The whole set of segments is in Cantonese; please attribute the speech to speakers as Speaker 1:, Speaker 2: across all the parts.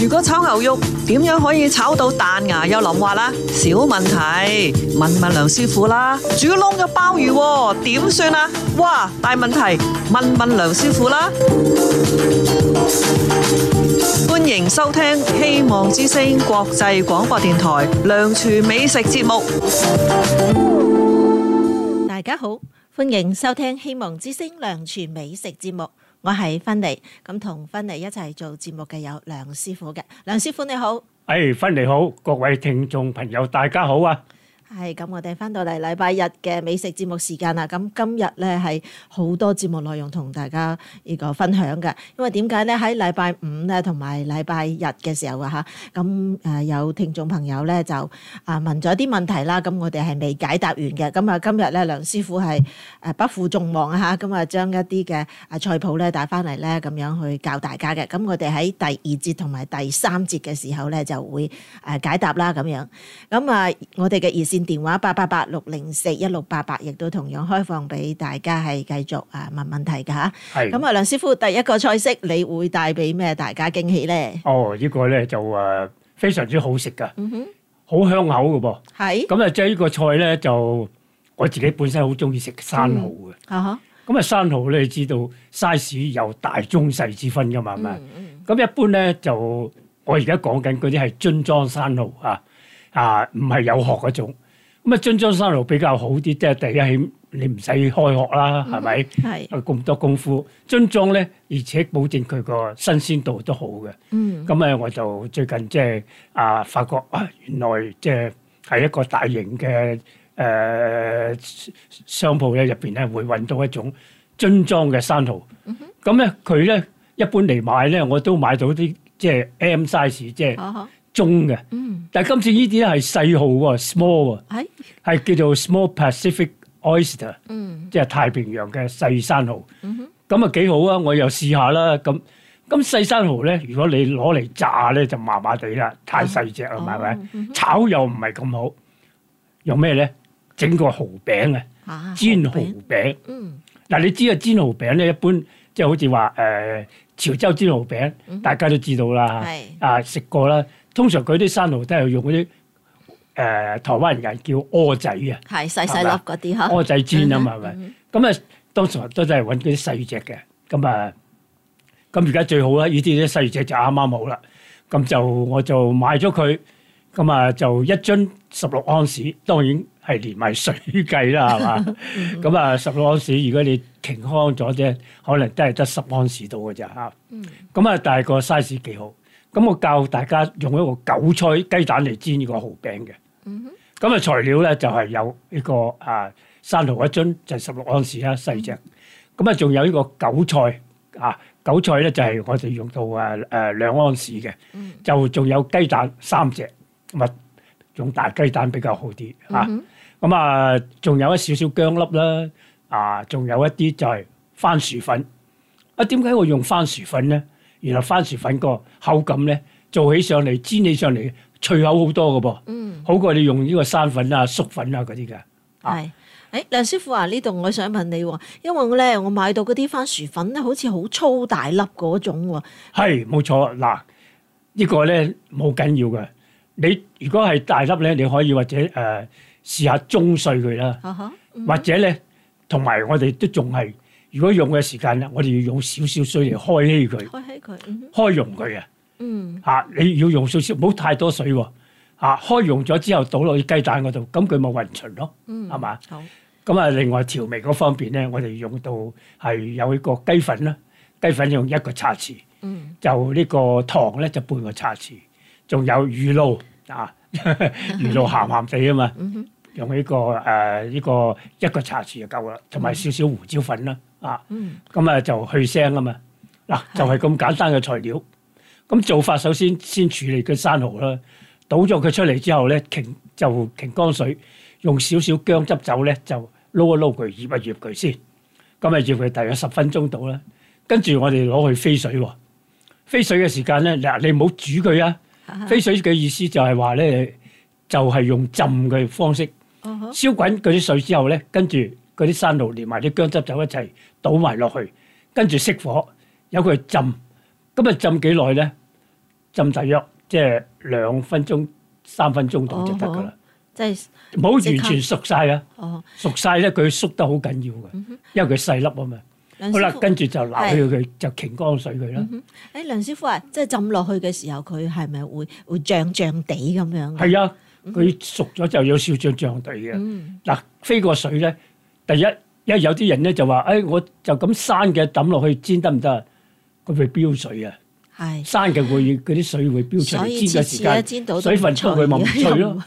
Speaker 1: 如果炒牛肉，點樣可以炒到彈牙又淋滑啦？小問題，問問梁師傅啦。煮燶咗鮑魚喎，點算啊？哇，大問題，問問梁師傅啦。歡迎收聽《希望之聲》國際廣播電台梁廚美食節目。
Speaker 2: 大家好，歡迎收聽《希望之聲》梁廚美食節目，我係芬妮，咁同芬妮一齊做節目嘅有梁師傅嘅，梁師傅你好，
Speaker 3: 誒，哎芬妮好，各位聽眾朋友，大家好啊！
Speaker 2: 係咁，我哋翻到嚟禮拜日嘅美食節目時間啦。咁今日咧係好多節目內容同大家呢個分享嘅，因為點解咧喺禮拜五咧同埋禮拜日嘅時候啊嚇，咁誒有聽眾朋友咧就啊問咗啲問題啦，咁我哋係未解答完嘅。咁啊今日咧梁師傅係誒不負眾望啊嚇，咁啊將一啲嘅啊菜譜咧帶翻嚟咧咁樣去教大家嘅。咁我哋喺第二節同埋第三節嘅時候咧就會誒解答啦咁樣。咁啊，我哋嘅熱線電話八八八六零四一六八八，亦都同樣開放俾大家係繼續啊問問題㗎吓。
Speaker 3: 係
Speaker 2: 咁啊，梁師傅，第一個菜式你會帶俾咩大家驚喜咧？
Speaker 3: 哦，呢個咧就誒非常之好食噶，
Speaker 2: 嗯哼，
Speaker 3: 好香口嘅噃。
Speaker 2: 係
Speaker 3: 咁啊，即係呢個菜咧就我自己本身好中意食生蠔嘅。
Speaker 2: 啊 哈，
Speaker 3: 咁啊，生蠔咧你知道 size 有大中細之分噶嘛，係咪？
Speaker 2: 嗯嗯
Speaker 3: 咁一般咧就我而家講緊嗰啲係樽裝生蠔啊，啊唔係有殼嗰種。咁啊，樽裝生蠔比較好啲，即係第一起你唔使開殼啦，
Speaker 2: 嗯
Speaker 3: 係咪？
Speaker 2: 係，
Speaker 3: 有呃咁多功夫，樽裝咧，而且保證佢個新鮮度都好嘅。
Speaker 2: 嗯
Speaker 3: 咁咧，呃我就最近即係啊，發覺啊，原來即係喺一個大型嘅誒、呃商鋪咧入邊咧，會揾到一種樽裝嘅生蠔。
Speaker 2: 嗯
Speaker 3: 咁咧、佢咧一般嚟買咧，我都買到啲即係 M size，即係
Speaker 2: 啊哈，
Speaker 3: 中嘅。
Speaker 2: 嗯，
Speaker 3: 但係今次呢啲咧係細號喎，small 喎，
Speaker 2: 係，
Speaker 3: 係叫做 small Pacific oyster。
Speaker 2: 嗯
Speaker 3: 即係太平洋嘅細生蠔
Speaker 2: 嗯哼，
Speaker 3: 咁啊幾好啊！我又試下啦。咁咁細生蠔咧，如果你攞嚟炸咧，就麻麻地啦，太細只啦，
Speaker 2: 哦
Speaker 3: 係咪
Speaker 2: 嗯？
Speaker 3: 炒又唔係咁好，用咩咧？整個蠔餅啊，
Speaker 2: 啊，
Speaker 3: 煎
Speaker 2: 好
Speaker 3: 蠔
Speaker 2: 餅，
Speaker 3: 餅。
Speaker 2: 嗯
Speaker 3: 嗱，你知啊，煎蠔餅咧，一般即係好似話誒潮州煎蠔餅，大家都知道
Speaker 2: 嗯
Speaker 3: 啦。
Speaker 2: 係
Speaker 3: 啊，食過啦。通常佢啲生蠔都係用嗰啲誒台灣人叫蚵仔啊。
Speaker 2: 係細細粒嗰啲嚇，
Speaker 3: 蚵仔煎啊嘛，係
Speaker 2: 嗯
Speaker 3: 咪？咁啊，當時都真係揾嗰啲細只嘅，咁啊，咁而家最好啦，呢啲啲細只就啱啱好啦。咁就我就買咗佢，咁啊就一樽十六安士，當然係連埋水計啦，係嘛？咁啊十六安士，如果你停康咗啫，可能都係得十安士到嘅咋嚇。咁啊，但係個 size 幾好。咁我教大家用一個韭菜雞蛋嚟煎呢個蠔餅嘅。咁啊材料咧就係有呢個啊生蠔一樽就十六安士啦細只，咁啊仲有呢個韭菜啊韭菜咧就係我哋用到啊誒兩安士嘅，就仲有雞蛋三隻，咁啊用大雞蛋比較好啲啊，咁啊仲有一少少薑粒啦，啊仲有一啲就係番薯粉，啊點解我用番薯粉咧？原來番薯粉個口感咧做起上嚟煎起上嚟脆口好多噶噃。
Speaker 2: 嗯。
Speaker 3: 好過你用呢個生粉啊、粟粉啊嗰啲嘅。啊
Speaker 2: 係。誒梁師傅啊，呢度我想問你喎，因為我咧我買到嗰啲番薯粉咧，好似好粗大粒嗰種喎，
Speaker 3: 係冇錯，嗱，呢個咧冇緊要嘅。你如果係大粒咧，你可以或者誒、呃、試下中碎佢啦，
Speaker 2: 啊哈，
Speaker 3: 或者咧同埋我哋都仲係，如果用嘅時間咧，我哋要用少少水嚟開稀佢，
Speaker 2: 開起佢，嗯哼
Speaker 3: 開溶佢啊。
Speaker 2: 嗯，
Speaker 3: 嚇、你要用少少，唔好太多水喎、嚇、開溶咗之後倒落去雞蛋嗰度，咁佢咪混勻咯，係嘛、
Speaker 2: 嗯好，
Speaker 3: 咁啊，另外調味嗰方面咧，我哋用到係有呢個雞粉啦，雞粉用一個茶匙，
Speaker 2: 嗯
Speaker 3: 就呢個糖咧就半個茶匙，仲有魚露啊， 魚露鹹鹹地啊嘛，用呢、個誒呢、個一個茶匙就夠啦，同埋少少胡椒粉啦啊，
Speaker 2: 嗯
Speaker 3: 咁啊就去腥啊嘛，嗱就係咁簡單嘅材料。咁做法首先先處理佢生蠔啦，倒咗佢出嚟之後咧，擎就擎乾水，用少少薑汁酒咧就撈一撈佢，醃一醃佢先。咁啊醃佢大約十分鐘到啦，跟住我哋攞去飛水喎。飛水嘅時間咧，嗱你唔好煮佢啊！飛水嘅意思就係話咧，就係、用浸嘅方式。
Speaker 2: 哦好，
Speaker 3: 燒滾嗰啲水之後咧，跟住嗰啲山露連埋啲薑汁酒一齊倒埋落去，跟住熄火，由佢浸。咁啊浸幾耐咧？浸大約即係兩分鐘、三分鐘度就得㗎啦，
Speaker 2: 即係
Speaker 3: 唔好、完全熟晒啊！
Speaker 2: 哦，
Speaker 3: 熟晒咧，佢縮得好緊要嘅，因為佢細粒啊嘛。
Speaker 2: 梁
Speaker 3: 好啦
Speaker 2: 嗯師，傅，誒、
Speaker 3: 跟住就撈起佢，就擎乾水佢啦。
Speaker 2: 梁師傅啊，即係浸落去嘅時候，佢係咪會會漲漲地咁樣？
Speaker 3: 係啊，佢熟咗就有少少漲地嘅。
Speaker 2: 嗯，
Speaker 3: 嗱，飛過水咧，第一，因為有啲人咧就話：，誒、哎我就咁生嘅抌落去煎得唔得啊？佢會飆水啊！
Speaker 2: 係。
Speaker 3: 生嘅會嗰啲水會飆出
Speaker 2: 所
Speaker 3: 嚟，
Speaker 2: 以
Speaker 3: 煎
Speaker 2: 次
Speaker 3: 嘅時
Speaker 2: 次咧
Speaker 3: 間
Speaker 2: 煎到都
Speaker 3: 水分
Speaker 2: 唔
Speaker 3: 出佢咪唔
Speaker 2: 脆
Speaker 3: 脆咯。
Speaker 2: 嘅，又唔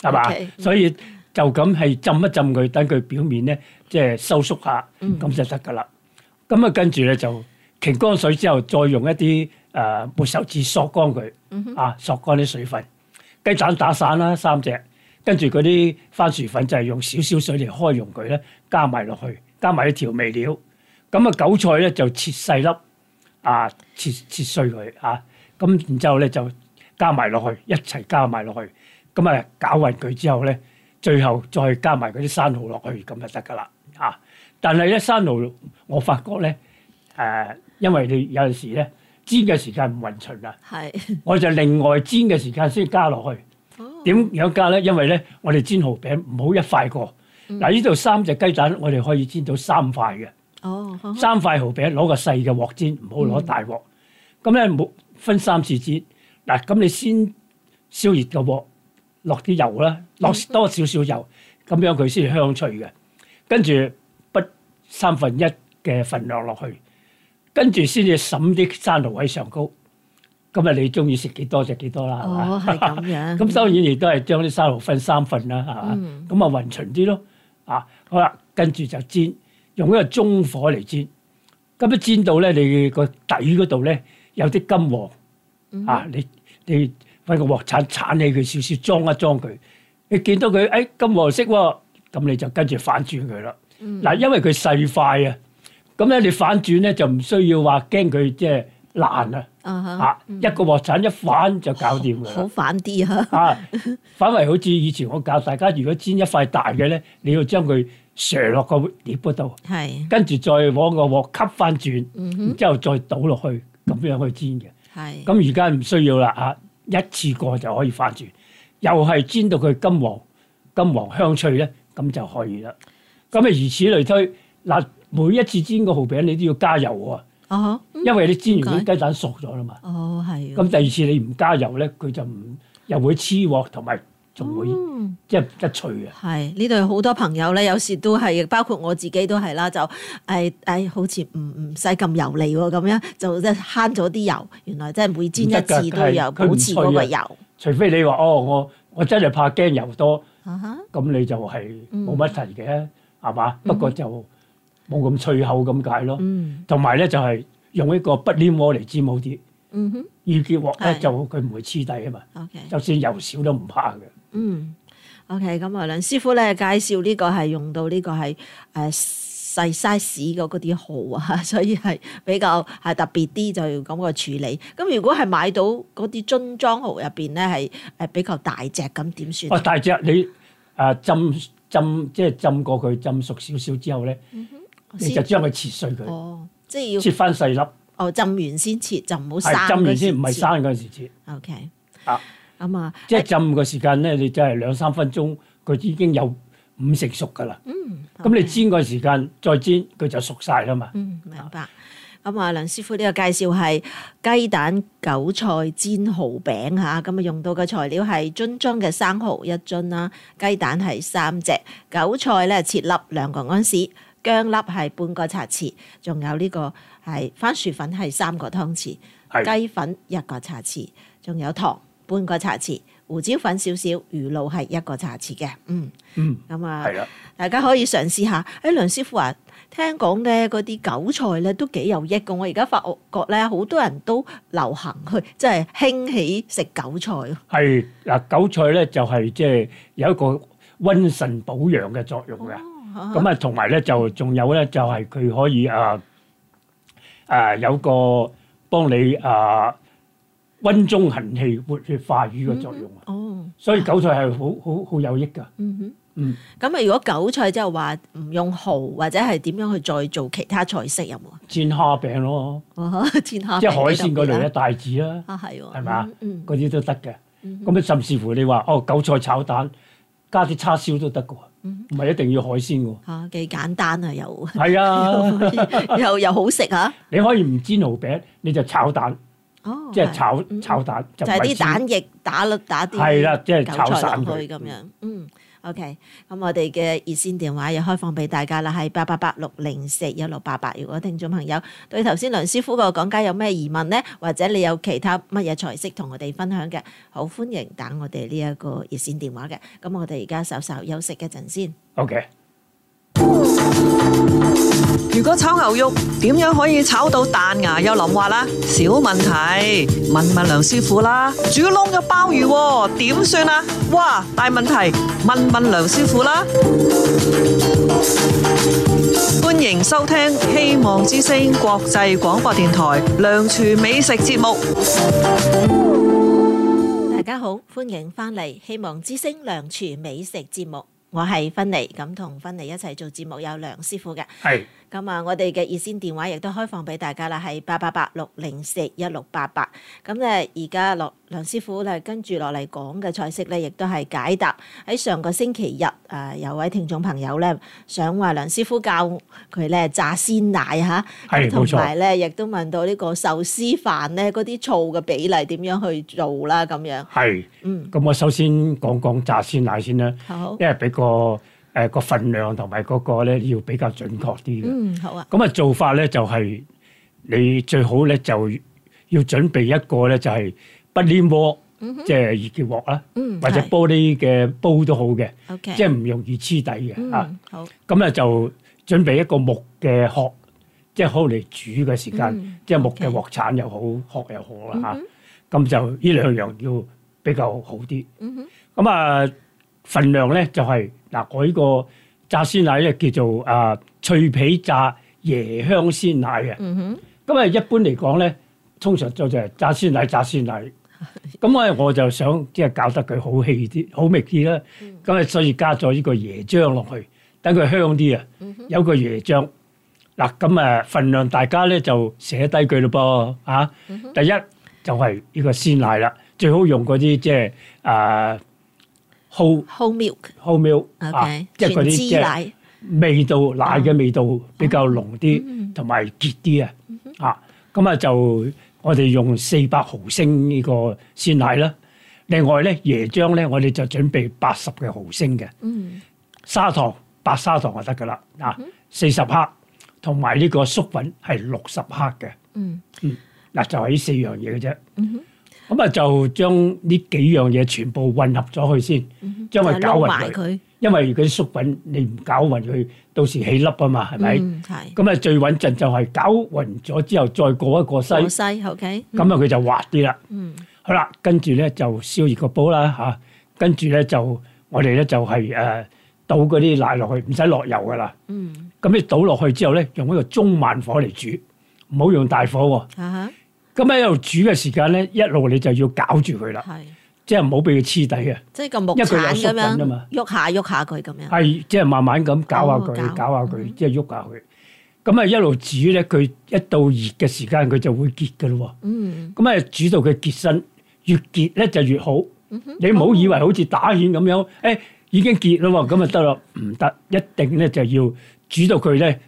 Speaker 3: 係嘛
Speaker 2: OK，？嗯
Speaker 3: 所以就咁係浸一浸佢，等佢表面咧即係收縮下，
Speaker 2: 嗯
Speaker 3: 咁就得噶啦。咁啊，跟住咧就擎乾水之後，再用一啲誒抹手指索乾佢，
Speaker 2: 嗯
Speaker 3: 啊索乾啲水分。雞蛋打散啦，三隻，跟住嗰啲番薯粉就係用少少水嚟開溶佢咧，加埋落去，加埋啲調味料。咁啊，韭菜咧就切細粒，啊切切碎佢啊，咁然之後咧就加埋落去，一齊加埋落去，咁啊攪勻佢之後咧，最後再加埋嗰啲生蠔落去，咁就得噶啦啊！但係咧生蠔，我發覺咧誒、因為你有陣時咧煎嘅時間唔均勻啦，
Speaker 2: 係
Speaker 3: 我就另外煎嘅時間先加落去。
Speaker 2: 哦
Speaker 3: 點樣加咧？因為咧，我哋煎蠔餅唔好一塊過。嗱、呢度三隻雞蛋，我哋可以煎到三塊嘅。
Speaker 2: 哦，好好
Speaker 3: 三塊蠔餅攞個細嘅鑊煎，唔
Speaker 2: 嗯
Speaker 3: 好攞大鑊。咁咧冇分三次煎。嗱，咁你先燒熱個鑊，落啲油啦，落
Speaker 2: 嗯
Speaker 3: 多少少油，咁樣佢先香脆嘅。跟住不三分一嘅份量落去，跟住先至揼啲生蠔喺上高。咁啊，你中意食幾多就幾多啦，係嘛？
Speaker 2: 哦係咁樣，
Speaker 3: 啊 咁當然亦都係將啲沙律分三份啦，係嘛？
Speaker 2: 嗯
Speaker 3: 咁啊、均勻啲咯，啊好啦，跟住就煎，用一個中火嚟煎。咁一煎到咧，你個底嗰度咧有啲金黃，啊
Speaker 2: 嗯
Speaker 3: 你你揾個鑊鏟鏟起佢少少，裝一裝佢。你見到佢誒、哎金黃色喎、咁你就跟住反轉佢啦。
Speaker 2: 嗯
Speaker 3: 嗱、因為佢細塊啊，咁咧你反轉咧就唔需要話驚佢即係爛啊，
Speaker 2: 啊哈
Speaker 3: 啊一個鑊鏟一反就搞掂㗎啦
Speaker 2: 好。反啲啊，
Speaker 3: 啊，反為好似以前我教大家，如果煎一塊大嘅咧，你要將佢射落個碟嗰度，
Speaker 2: 係
Speaker 3: 跟住再往個鑊吸翻轉，
Speaker 2: 嗯
Speaker 3: 然之後再倒落去，咁樣去煎嘅。
Speaker 2: 係
Speaker 3: 咁而家唔需要啦嚇，一次過就可以翻轉，又係煎到佢金黃金黃香脆咧，咁就可以啦。咁啊，如此類推，嗱，每一次煎個蠔餅你都要加油喎，
Speaker 2: 哦嗯
Speaker 3: 因為你煎完
Speaker 2: 點解
Speaker 3: 啲雞蛋熟咗啦嘛。
Speaker 2: 哦係
Speaker 3: 咁
Speaker 2: 喎，
Speaker 3: 第二次你唔加油咧，佢就唔又會黐鑊，同埋仲會
Speaker 2: 嗯
Speaker 3: 即係一脆嘅。
Speaker 2: 係呢度好多朋友咧，有時都係，包括我自己都係啦，就誒誒、哎好似唔唔使咁油膩喎，咁樣就即係慳咗啲油。原來即係每煎一次都有
Speaker 3: 唔得㗎啊佢係
Speaker 2: 保持嗰個油。
Speaker 3: 除非你話哦，我我真係怕驚油多，
Speaker 2: 啊哈
Speaker 3: 咁你就係
Speaker 2: 嗯
Speaker 3: 冇乜提嘅，係嘛、不過就冇咁脆口咁解咯。
Speaker 2: 嗯
Speaker 3: 同埋咧就係用一個不黏鍋嚟煎好啲，
Speaker 2: 嗯哼
Speaker 3: 二結鑊咧
Speaker 2: 係
Speaker 3: 就佢唔會黐底啊嘛。
Speaker 2: ，OK，
Speaker 3: 就算油少都唔怕嘅。
Speaker 2: 嗯，OK，咁啊，梁師傅咧介紹呢個係用到呢個係誒。細 size 嗰嗰啲蠔啊， 所以係比較係特別啲，就要咁個處理。咁如果係買到嗰啲樽裝蠔入邊咧，係誒比較大隻咁點算
Speaker 3: 哦，？大隻你啊浸浸即係浸過佢浸熟少少之後咧，哦你就將佢切碎佢，
Speaker 2: 哦，即係要
Speaker 3: 切翻細粒，
Speaker 2: 哦，浸完先切，就唔好生
Speaker 3: 係浸完先，唔
Speaker 2: 嗰
Speaker 3: 係
Speaker 2: 時切
Speaker 3: 生嗰陣時切。
Speaker 2: O K，
Speaker 3: 啊
Speaker 2: 咁啊，
Speaker 3: 即係浸嘅時間咧，你就係兩三分鐘，佢已經有五成熟㗎啦。
Speaker 2: 嗯，
Speaker 3: 咁你
Speaker 2: OK
Speaker 3: 煎嘅時間再煎，佢就熟晒啦嘛。
Speaker 2: 嗯明白。咁啊，梁師傅呢個介紹係雞蛋韭菜煎蠔餅嚇，咁啊用到嘅材料係樽裝嘅生蠔一樽啦，雞蛋係三隻，韭菜咧切粒兩個安士，薑粒係半個茶匙，仲有呢個係番薯粉係三個湯匙。
Speaker 3: 係
Speaker 2: 雞粉一個茶匙，仲有糖半個茶匙，胡椒粉少少，魚露係一個茶匙嘅。嗯，
Speaker 3: 嗯
Speaker 2: 咁啊
Speaker 3: 係，啦，
Speaker 2: 大家可以嘗試下。誒、梁師傅啊，聽講咧嗰啲韭菜咧都幾有益嘅。我而家發覺咧，好多人都流行去，即係興起食韭菜喎。
Speaker 3: 係嗱，韭菜咧就係即係有一個温腎補陽嘅作用嘅。
Speaker 2: 哦
Speaker 3: 咁啊，同埋咧就仲有咧就係佢可以啊啊有個幫你啊温中行氣、活血化瘀嘅作用啊。
Speaker 2: 哦，
Speaker 3: 所以韭菜係好好好有益㗎。
Speaker 2: 嗯哼，
Speaker 3: 嗯
Speaker 2: 咁啊，如果韭菜之後話唔用蠔或者係點樣去再做其他菜式有冇啊？
Speaker 3: 煎蝦餅咯，
Speaker 2: 哇！ 煎蝦
Speaker 3: 即
Speaker 2: 係
Speaker 3: 係海鮮嗰類一帶子啦，
Speaker 2: 啊係喎，
Speaker 3: 係咪啊
Speaker 2: 嗯？
Speaker 3: 嗰啲都得嘅。咁啊，甚至乎你話哦，韭菜炒蛋加啲叉燒都得嘅喎，
Speaker 2: 嗯
Speaker 3: 唔係一定要海鮮 嘅喎。
Speaker 2: 嚇幾簡單啊，又
Speaker 3: 係啊，
Speaker 2: 又又好食嚇。
Speaker 3: 你可以唔煎蠔餅，你就炒蛋，
Speaker 2: 哦，
Speaker 3: 即係炒
Speaker 2: 嗯
Speaker 3: 炒蛋，就
Speaker 2: 就
Speaker 3: 係
Speaker 2: 係
Speaker 3: 煎
Speaker 2: 啲蛋液打粒打啲
Speaker 3: 係啦即係
Speaker 2: 韭
Speaker 3: 炒
Speaker 2: 菜
Speaker 3: 散
Speaker 2: 落
Speaker 3: 佢
Speaker 2: 去咁樣。嗯，OK，咁我哋嘅熱線電話又開放俾大家啦，係八八八六零四一六八八。如果聽眾朋友對頭先梁師傅個講解有咩疑問呢？或者你有其他乜嘢菜式同我哋分享嘅，好歡迎打我哋呢一個熱線電話嘅。咁我哋而家稍稍休息一陣先。
Speaker 3: OK。
Speaker 1: 如果炒牛肉點樣可以炒到彈牙又淋滑啦？小問題，問問梁師傅啦。煮窿咗鮑魚喎，點算啊？哇，大問題，問問梁師傅啦。歡迎收聽《希望之聲》國際廣播電台梁廚美食節目。
Speaker 2: 大家好，歡迎翻嚟《希望之聲》梁廚美食節目，我係芬妮，咁同芬妮一齊做節目有梁師傅嘅。
Speaker 3: 係
Speaker 2: 咁啊，我哋嘅熱線電話亦都開放俾大家啦，係八八八六零四一六八八。咁咧，而家落梁師傅咧跟住落嚟講嘅菜式咧，亦都係解答喺上個星期日啊，有位聽眾朋友咧想話梁師傅教佢咧炸鮮奶嚇，
Speaker 3: 係
Speaker 2: 同
Speaker 3: 冇錯
Speaker 2: 埋咧亦都問到呢個壽司飯咧嗰啲醋嘅比例點樣去做啦咁樣。
Speaker 3: 係。
Speaker 2: 嗯，
Speaker 3: 咁我首先講講炸鮮奶先啦，
Speaker 2: 好，
Speaker 3: 因為俾個誒個份量同埋嗰個咧要比較準確啲嘅。
Speaker 2: 嗯，好啊，
Speaker 3: 咁啊做法咧就係、你最好咧就要準備一個咧就係不黏鍋，即係熱嘅鍋啦，
Speaker 2: 嗯，
Speaker 3: 或者
Speaker 2: 係
Speaker 3: 玻璃嘅煲都好嘅，
Speaker 2: ，OK，
Speaker 3: 即係唔容易黐底嘅啊。
Speaker 2: 嗯，好，
Speaker 3: 咁咧就準備一個木嘅殼，即係好嚟煮嘅時間，
Speaker 2: 嗯
Speaker 3: 即係木
Speaker 2: OK 嗯
Speaker 3: 嘅鑊鏟又好，殼又好啦嚇。咁、就呢兩樣要比較好啲。
Speaker 2: 嗯哼，
Speaker 3: 咁啊，份量咧就係、嗱，我呢個炸鮮奶咧叫做啊脆皮炸椰香鮮奶嘅。
Speaker 2: 嗯哼，
Speaker 3: 咁啊，一般嚟講咧，通常就就係炸鮮奶、炸鮮奶。咁我我就想即係搞得佢好氣啲、好味啲啦。
Speaker 2: 嗯
Speaker 3: 咁啊，所以加咗呢個椰漿落去，等佢香啲啊。
Speaker 2: 嗯
Speaker 3: 有個椰漿嗱，咁啊份量大家咧就寫低佢咯噃啊。
Speaker 2: 嗯
Speaker 3: 第一就係呢個鮮奶啦，最好用嗰啲即係啊 whole
Speaker 2: whole milk。
Speaker 3: whole milk 啊
Speaker 2: OK，，
Speaker 3: 即係嗰啲
Speaker 2: 全
Speaker 3: 即
Speaker 2: 脂
Speaker 3: 係。
Speaker 2: 奶，
Speaker 3: 味道奶嘅味道比較濃
Speaker 2: 嗯
Speaker 3: 啲，同埋結啲啊，啊咁啊就我哋用四百毫升呢個鮮奶啦。另外咧椰漿咧，我哋就準備八十嘅毫升嘅
Speaker 2: 嗯
Speaker 3: 砂糖，白砂糖就得噶啦，啊四十克，同埋呢個粟粉係六十克嘅。
Speaker 2: 嗯
Speaker 3: 嗱，就係呢四樣嘢嘅啫。
Speaker 2: 嗯哼
Speaker 3: 咁啊，就將呢幾樣嘢全部混合咗佢先，將佢
Speaker 2: 嗯就
Speaker 3: 攪
Speaker 2: 啊撈
Speaker 3: 勻
Speaker 2: 埋
Speaker 3: 佢。
Speaker 2: 佢，
Speaker 3: 因為嗰啲粟粉你唔攪勻佢，到時起粒啊嘛，係咪？
Speaker 2: 嗯係
Speaker 3: 咁啊最穩陣就係攪勻咗之後再過一個西，
Speaker 2: 好
Speaker 3: 咁
Speaker 2: 西，OK，
Speaker 3: 啊佢就滑啲啦。
Speaker 2: 嗯
Speaker 3: 好啦，跟住咧就燒熱個煲啦嚇，跟住咧就我哋咧就係誒倒嗰啲奶落去，唔使落油噶啦。
Speaker 2: 嗯
Speaker 3: 咁你倒落去之後咧，用一個中慢火嚟煮，唔好用大火喎。
Speaker 2: 啊
Speaker 3: 咁喺度煮嘅時間咧，一路你就要攪住
Speaker 2: 哈
Speaker 3: 佢啦，
Speaker 2: 係，
Speaker 3: 即係唔好俾佢黐底啊，
Speaker 2: 即係個木
Speaker 3: 因為佢有
Speaker 2: 鏟
Speaker 3: 粟
Speaker 2: 咁
Speaker 3: 粉啊
Speaker 2: 樣
Speaker 3: 嘛啊
Speaker 2: 喐下喐下佢咁樣，
Speaker 3: 係即係慢慢咁攪下佢，
Speaker 2: 哦攪
Speaker 3: 攪下佢，即係喐下佢。咁啊一路煮咧，佢一到熱嘅時間，佢就會結噶咯喎。
Speaker 2: 嗯
Speaker 3: 咁啊煮到佢結身，越結咧就越好。
Speaker 2: 嗯
Speaker 3: 你唔好以為好似打芡咁樣，誒、哎已經結啦喎，咁啊得啦，唔得，一定咧就要煮到佢咧，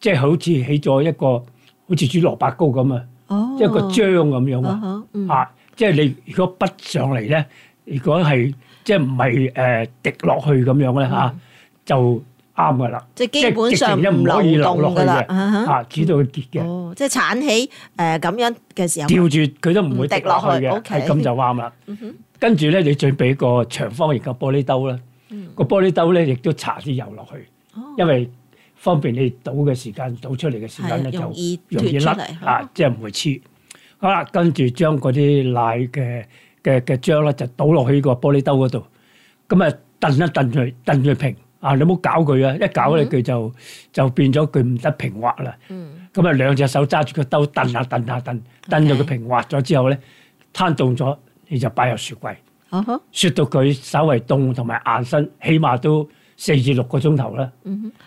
Speaker 3: 即係好似起咗一個好似煮蘿蔔糕咁啊，
Speaker 2: 哦
Speaker 3: 一個漿咁樣
Speaker 2: 啊
Speaker 3: 啊，
Speaker 2: 哈嗯
Speaker 3: 啊，即係你如果筆上嚟咧，如果係即係唔係誒滴落去咁樣咧嚇、就啱噶啦，
Speaker 2: 即係嗯基本上
Speaker 3: 即係直情一唔可以流
Speaker 2: 唔流動
Speaker 3: 落去
Speaker 2: 㗎啦
Speaker 3: 嘅，
Speaker 2: 啊哈
Speaker 3: 啊，煮到佢結嘅。
Speaker 2: 哦，即係鏟起誒咁樣嘅時
Speaker 3: 吊
Speaker 2: 候，
Speaker 3: 住佢都啊唔會
Speaker 2: 唔
Speaker 3: 滴落去嗯嘅，
Speaker 2: 滴落
Speaker 3: 係
Speaker 2: 去，OK
Speaker 3: 咁就啱 啦。跟住咧，你準備個長方形嘅玻璃兜啦，個玻璃兜咧亦都搽啲油落去
Speaker 2: 哦，
Speaker 3: 因為方便你倒嘅時間倒出嚟嘅時間
Speaker 2: 係
Speaker 3: 咧就
Speaker 2: 容易
Speaker 3: 容易
Speaker 2: 脫出
Speaker 3: 甩
Speaker 2: 嚟
Speaker 3: 啊，即係唔會黐。好啦，跟住將嗰啲奶嘅嘅嘅漿咧就倒落去個玻璃兜嗰度，咁啊燉一燉佢，燉佢平啊，你唔好搞佢啊，一搞咧佢就就變咗佢唔得平滑啦。
Speaker 2: 嗯
Speaker 3: 咁啊兩隻手揸住個兜蹬下蹬下蹬，蹬到佢平滑咗之後咧，攤凍咗你就擺入雪櫃，
Speaker 2: 啊哈
Speaker 3: 雪到佢稍微凍同埋硬身，起碼都四至六個鐘頭啦。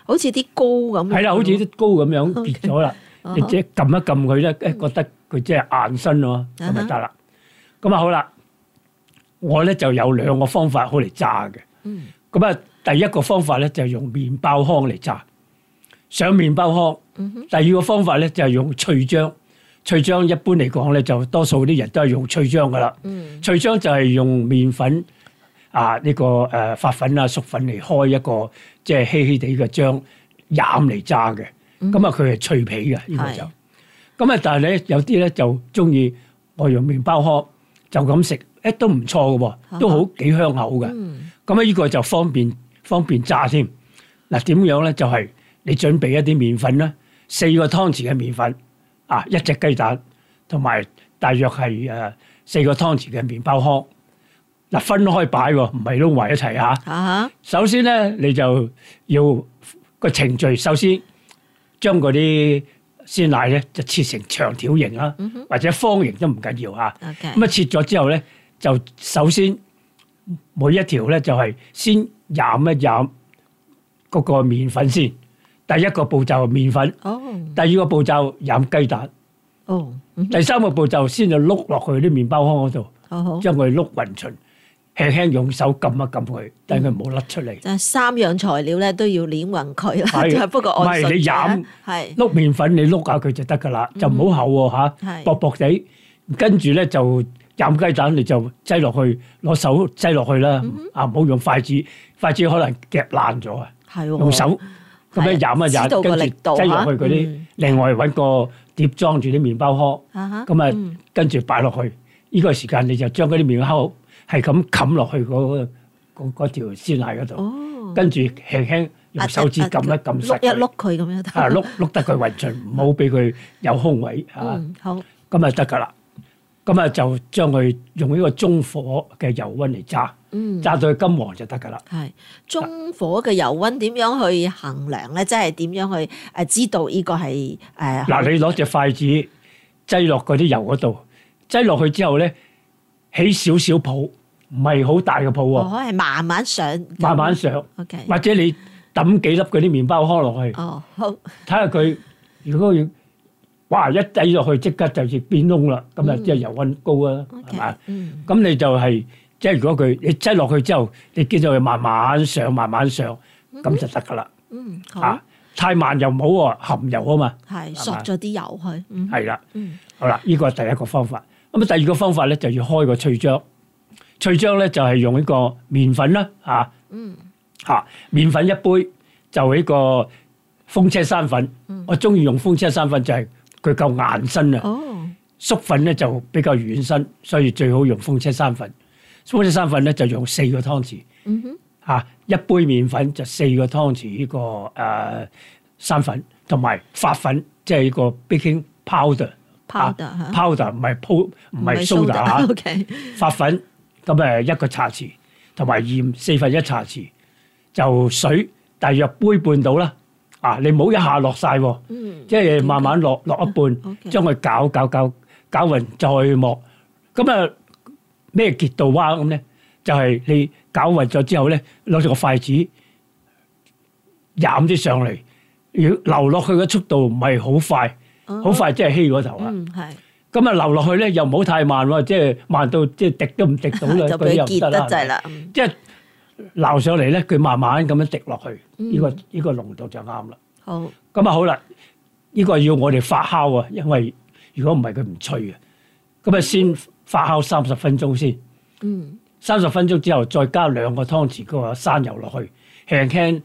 Speaker 2: 好似啲膏咁。
Speaker 3: 係啦，好似啲膏咁樣
Speaker 2: OK
Speaker 3: 跌 咗啦，
Speaker 2: 啊哈
Speaker 3: 你即係撳一撳佢咧，
Speaker 2: 嗯
Speaker 3: 誒覺得佢即係硬身喎，
Speaker 2: Uh-huh
Speaker 3: 咁咪得啦。咁啊好啦，我咧就有兩個方法好嚟炸嘅。
Speaker 2: 嗯
Speaker 3: 咁啊，第一個方法咧就係用麵包糠嚟炸，上麵包糠。
Speaker 2: 嗯哼
Speaker 3: 第二個方法咧就係用脆漿，脆漿一般嚟講咧就多數啲人都係用脆漿噶啦。
Speaker 2: 嗯
Speaker 3: 脆漿就係用面粉啊呢、個誒、呃、發粉啊熟粉嚟開一個即係稀稀地嘅漿，醃嚟炸嘅。咁啊佢係脆皮嘅呢、個
Speaker 2: 嗯係
Speaker 3: 就。咁啊但係咧有啲咧就中意我用麵包糠就咁食，誒都唔錯嘅喎，都好幾香口嘅。
Speaker 2: 嗯
Speaker 3: 咁啊，呢個就方便方便炸添。嗱，點樣咧？就係、你準備一啲麵粉啦，四個湯匙嘅麵粉，啊，一隻雞蛋，同埋大約係誒四個湯匙嘅麵包糠。嗱，分開擺喎，唔係撈埋一齊嚇。
Speaker 2: 啊
Speaker 3: 首先咧，你就要個程序，首先將嗰啲鮮奶咧就切成長條形啦，
Speaker 2: 嗯哼
Speaker 3: 或者方形都唔緊要嚇。
Speaker 2: 吓，OK，
Speaker 3: 咁啊切咗之後咧，就首先每一條咧就係先染一染嗰個麵粉先。第一個步驟係麵粉，
Speaker 2: 哦
Speaker 3: 第二個步驟染雞蛋，
Speaker 2: 哦，嗯
Speaker 3: 第三個步驟先就碌落去啲麵包糠嗰度，
Speaker 2: 好好，
Speaker 3: 將佢碌勻勻，輕輕用手撳一撳佢，等佢唔好甩出嚟。
Speaker 2: 就係三樣材料咧都要捻勻佢啦，
Speaker 3: 係
Speaker 2: 就係 不過按順啊
Speaker 3: 唔係你飲
Speaker 2: 係
Speaker 3: 碌麵粉你碌下佢就得㗎啦，就唔好厚喎
Speaker 2: 係
Speaker 3: 嚇，薄薄地。跟住咧就飲雞蛋，你就擠落去，攞手擠落去啦。啊，唔好用筷子，筷子可能夾爛咗啊。
Speaker 2: 係喎
Speaker 3: 用手咁樣飲一
Speaker 2: 知道
Speaker 3: 飲，
Speaker 2: 個
Speaker 3: 跟
Speaker 2: 力度
Speaker 3: 住擠落去嗰
Speaker 2: 嚇
Speaker 3: 啲
Speaker 2: 嗯，
Speaker 3: 另外揾個碟裝住啲麵包
Speaker 2: 啊哈
Speaker 3: 糠，咁
Speaker 2: 嗯
Speaker 3: 啊跟住擺落去。呢個時間你就將嗰啲麵包糠係咁冚落去嗰嗰嗰條鮮奶嗰度，
Speaker 2: 哦，啊
Speaker 3: 跟住輕輕用手指撳一撳實
Speaker 2: 碌一
Speaker 3: 佢
Speaker 2: 碌佢咁樣
Speaker 3: 啊碌碌得佢勻盡，唔好俾佢有空位嚇，
Speaker 2: 嗯好
Speaker 3: 咁啊得㗎啦。咁啊就將佢用呢個中火嘅油温嚟炸，
Speaker 2: 嗯。
Speaker 3: 炸到佢金黃就得㗎啦。
Speaker 2: 係中火嘅油温點樣去衡量咧？即係點樣去誒知道呢個係呃誒
Speaker 3: 嗱，你攞隻筷子擠落嗰啲油嗰度，擠落去之後咧，起少少泡，唔係好大嘅泡喎，
Speaker 2: 我係哦慢慢上，
Speaker 3: 慢慢上，
Speaker 2: OK
Speaker 3: 或者你揼幾粒嗰啲麵包糠落去，
Speaker 2: 哦好
Speaker 3: 睇下佢如果要，哇一擠落去即刻就亦變窿啦，咁啊
Speaker 2: 嗯
Speaker 3: 即係油温高啊，係
Speaker 2: OK
Speaker 3: 嘛？
Speaker 2: 嗯
Speaker 3: 咁你就係、即係如果佢你擠落去之後，你見到佢慢慢上慢慢上，咁就得噶啦
Speaker 2: 嗯好
Speaker 3: 嚇。太慢又唔好喎，含油啊嘛，
Speaker 2: 係
Speaker 3: 係
Speaker 2: 索
Speaker 3: 嘛
Speaker 2: 咗啲油去嗯
Speaker 3: 係啦。
Speaker 2: 嗯
Speaker 3: 好啦，呢個係第一個方法。咁啊，第二個方法咧就要開個脆漿。脆漿咧就係用呢個麵粉啦，嚇
Speaker 2: 嗯
Speaker 3: 嚇麵粉一杯，就呢個風車山粉。
Speaker 2: 嗯
Speaker 3: 我中意用風車山粉就係佢夠硬身啊，
Speaker 2: 哦
Speaker 3: 粟粉咧就比較軟身，所以最好用風車山粉。風車山粉咧就用四個湯匙
Speaker 2: 嗯哼
Speaker 3: 嚇、一杯麵粉就四個湯匙呢、個誒、呃山粉，同埋發粉，即係呢個 baking powder。
Speaker 2: powder 嚇
Speaker 3: powder 唔係 po 啊唔係 soda 啊
Speaker 2: OK
Speaker 3: 發粉咁誒一個茶匙，同埋鹽四分一茶匙，就水大約杯半到啦。啊，你唔好一下落晒喎，
Speaker 2: 嗯
Speaker 3: 即係慢慢落落一半
Speaker 2: OK，
Speaker 3: 將佢攪攪攪攪勻再磨。咁啊咩結到蛙咁咧？就係、你攪勻咗之後咧，攞住個筷子攬啲上嚟，要流落去嘅速度唔係好快，好
Speaker 2: 哦
Speaker 3: 快即係稀嗰頭啊！
Speaker 2: 嗯係
Speaker 3: 咁啊流落去咧又唔好太慢喎，即係慢到即係滴都唔滴到啦，
Speaker 2: 就
Speaker 3: 佢
Speaker 2: 俾
Speaker 3: 又
Speaker 2: 佢
Speaker 3: 唔
Speaker 2: 結
Speaker 3: 得
Speaker 2: 得
Speaker 3: 啦。
Speaker 2: 滯啦嗯
Speaker 3: 即係流上嚟咧，佢慢慢咁樣滴落去，
Speaker 2: 嗯
Speaker 3: 呢、個呢、個濃度就啱啦。
Speaker 2: 好
Speaker 3: 咁啊好啦，呢、個要我哋發酵啊，因為如果唔係佢唔脆啊。咁啊先發酵三十分鐘先，
Speaker 2: 嗯
Speaker 3: 三十分鐘之後再加兩個湯匙嗰個山油落去，輕輕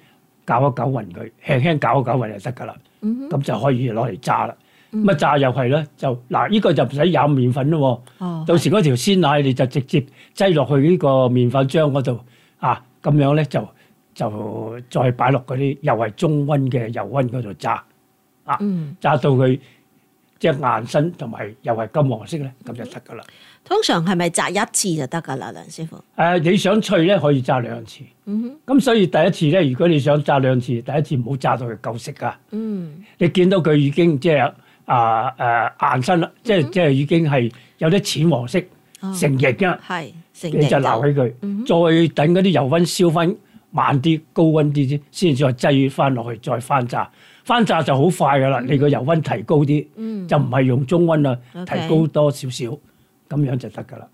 Speaker 3: 攪一攪勻佢，輕輕攪一攪勻就得㗎啦。
Speaker 2: 嗯哼嗯
Speaker 3: 咁就可以攞嚟炸啦。咁啊炸又係啦，就嗱呢、個就唔使飲麵粉咯喎。
Speaker 2: 哦
Speaker 3: 到時嗰條鮮奶你就直接擠落去呢個麵粉漿嗰度啊，咁樣咧就就再擺落嗰啲又係中温嘅油温嗰度炸啊，
Speaker 2: 嗯
Speaker 3: 炸到佢即係硬身同埋又係金黃色咧，咁就得噶啦。
Speaker 2: 通常係咪摘一次就得㗎啦，梁師傅
Speaker 3: 誒、你想脆咧可以炸兩次，
Speaker 2: 嗯哼
Speaker 3: 咁所以第一次咧，如果你想炸兩次，第一次唔好炸到佢夠食啊。
Speaker 2: 嗯
Speaker 3: 你見到佢已經即係啊誒硬身啦，即係即係已經係有啲淺黃色
Speaker 2: 哦
Speaker 3: 成形啦，啊
Speaker 2: 係成
Speaker 3: 你就
Speaker 2: 形
Speaker 3: 撈起
Speaker 2: 嗯
Speaker 3: 佢，再等嗰啲油温燒翻慢啲、高温啲先，先至再擠翻落去，再翻炸。翻炸就好快噶啦，你個油温提高啲，
Speaker 2: 嗯
Speaker 3: 就唔係用中温啦，
Speaker 2: OK
Speaker 3: 提高多少少，咁樣就得噶啦。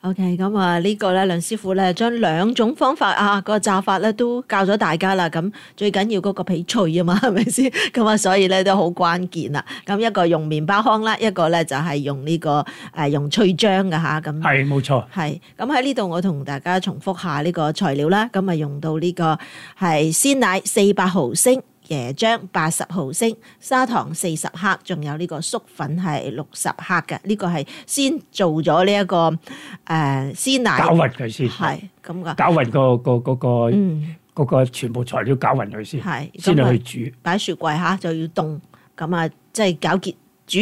Speaker 2: OK，咁啊呢個咧，梁師傅咧將兩種方法啊個炸法咧都教咗大家啦。咁最緊要嗰個皮脆啊嘛， 係咪先？咁啊，所以咧都好關鍵啦。咁一個用麵包糠啦，一個咧就係用呢、個誒、用脆漿嘅吓咁。
Speaker 3: 係冇錯，
Speaker 2: 係，咁喺呢度我同大家重複下呢個材料啦，咁啊用到呢個係鮮奶四百毫升。椰漿八十毫升，砂糖四十克，仲有呢個粟粉係六十克嘅。呢、個係先做咗呢一個誒、呃、鮮奶，
Speaker 3: 攪勻佢先，攪
Speaker 2: 係咁啊噶。
Speaker 3: 勻個個嗰個
Speaker 2: 嗯，
Speaker 3: 嗰個全部材料攪勻佢先，
Speaker 2: 係
Speaker 3: 先
Speaker 2: 咁啊
Speaker 3: 去煮。
Speaker 2: 擺雪櫃嚇就要凍，咁啊即係攪結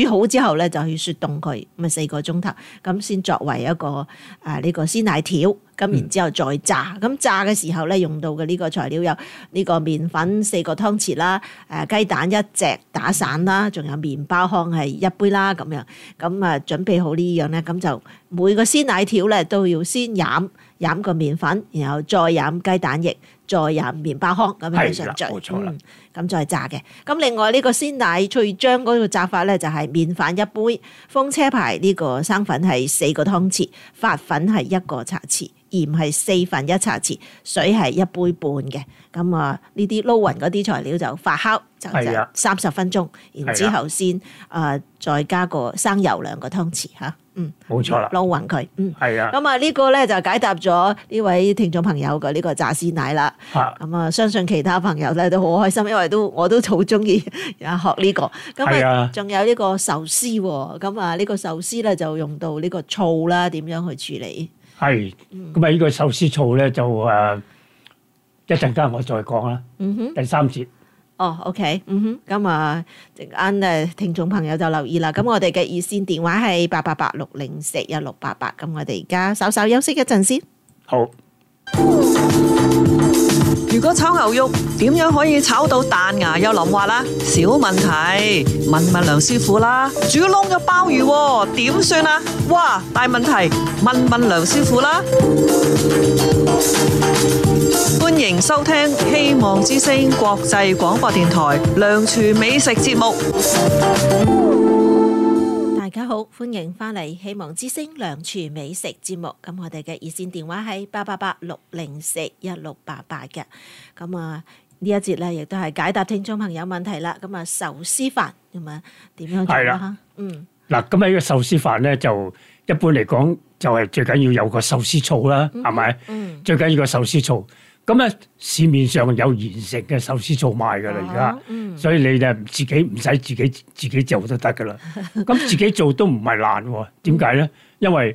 Speaker 2: 煮好之後咧就要雪凍佢，咪四個鐘頭，咁先作為一個啊誒呢、個鮮奶條，
Speaker 3: 嗯
Speaker 2: 咁然之後再炸。咁、炸嘅時候咧用到嘅呢個材料有呢個麵粉四個湯匙啦，誒、雞蛋一隻打散啦，仲有麵包糠係一杯啦咁樣。咁啊準備好呢樣咧，咁就每個鮮奶條咧都要先飲飲個麵粉，然後再飲雞蛋液。再飲麵包糠咁樣嘅
Speaker 3: 係啦
Speaker 2: 順序，
Speaker 3: 冇錯啦
Speaker 2: 嗯咁再炸嘅。咁另外呢個鮮奶脆漿嗰個炸法咧，就係麵粉一杯，風車牌呢個生粉係四個湯匙，發粉係一個茶匙。鹽係四分一茶匙，水係一杯半嘅，咁啊呢啲撈勻嗰啲材料就發酵，就
Speaker 3: 係
Speaker 2: 就
Speaker 3: 啊
Speaker 2: 三十分鐘，然之後先啊、再加個生油兩個湯匙嚇，嗯，
Speaker 3: 冇錯啦
Speaker 2: 撈勻佢，嗯，
Speaker 3: 係啊，
Speaker 2: 咁啊呢個咧就解答咗呢位聽眾朋友嘅呢個炸鮮奶啦。
Speaker 3: 嚇
Speaker 2: 咁啊，相信其他朋友咧都好開心，因為都 我都好中意啊學呢、個。咁
Speaker 3: 係
Speaker 2: 啊
Speaker 3: 啊，
Speaker 2: 仲有呢個壽司喎。咁啊，呢個壽司咧就用到呢個醋啦，點樣去處理？
Speaker 3: 係。
Speaker 2: 嗯
Speaker 3: 咁啊，呢個壽司醋咧就誒，一陣間我再講啦。
Speaker 2: 嗯哼，
Speaker 3: 第三節
Speaker 2: 哦，OK，嗯哼，咁啊，陣間誒聽眾朋友就留意啦。咁我哋嘅熱線電話係八八八六零四一六八八。咁我哋而家稍稍休息一陣先。
Speaker 3: 好。
Speaker 1: 如果炒牛肉點樣可以炒到彈牙又淋滑啦？小問題，問問梁師傅啦。煮窿咗鮑魚喎，點算啊？哇，大問題，問問梁師傅啦。歡迎收聽《希望之聲》國際廣播電台梁廚美食節目。
Speaker 2: 大家好，歡迎翻嚟《希望之聲》梁廚美食節目。咁我哋嘅熱線電話係八八八六零四一六八八嘅。咁啊，呢一節咧亦都係解答聽眾朋友問題啦。咁啊，壽司飯咁啊，點樣做
Speaker 3: 係
Speaker 2: 啦
Speaker 3: 啦？
Speaker 2: 嗯，
Speaker 3: 嗱，咁啊呢個壽司飯咧，就一般嚟講就係最緊要有個壽司醋啦，係咪？
Speaker 2: 嗯
Speaker 3: 最緊要個壽司醋。咁咧市面上有現成嘅壽司醋賣㗎啦，而
Speaker 2: 啊
Speaker 3: 家
Speaker 2: 哈，嗯
Speaker 3: 所以你就唔自己唔使自己自己做都得 㗎啦。咁自己做都唔係難喎，點解咧？因為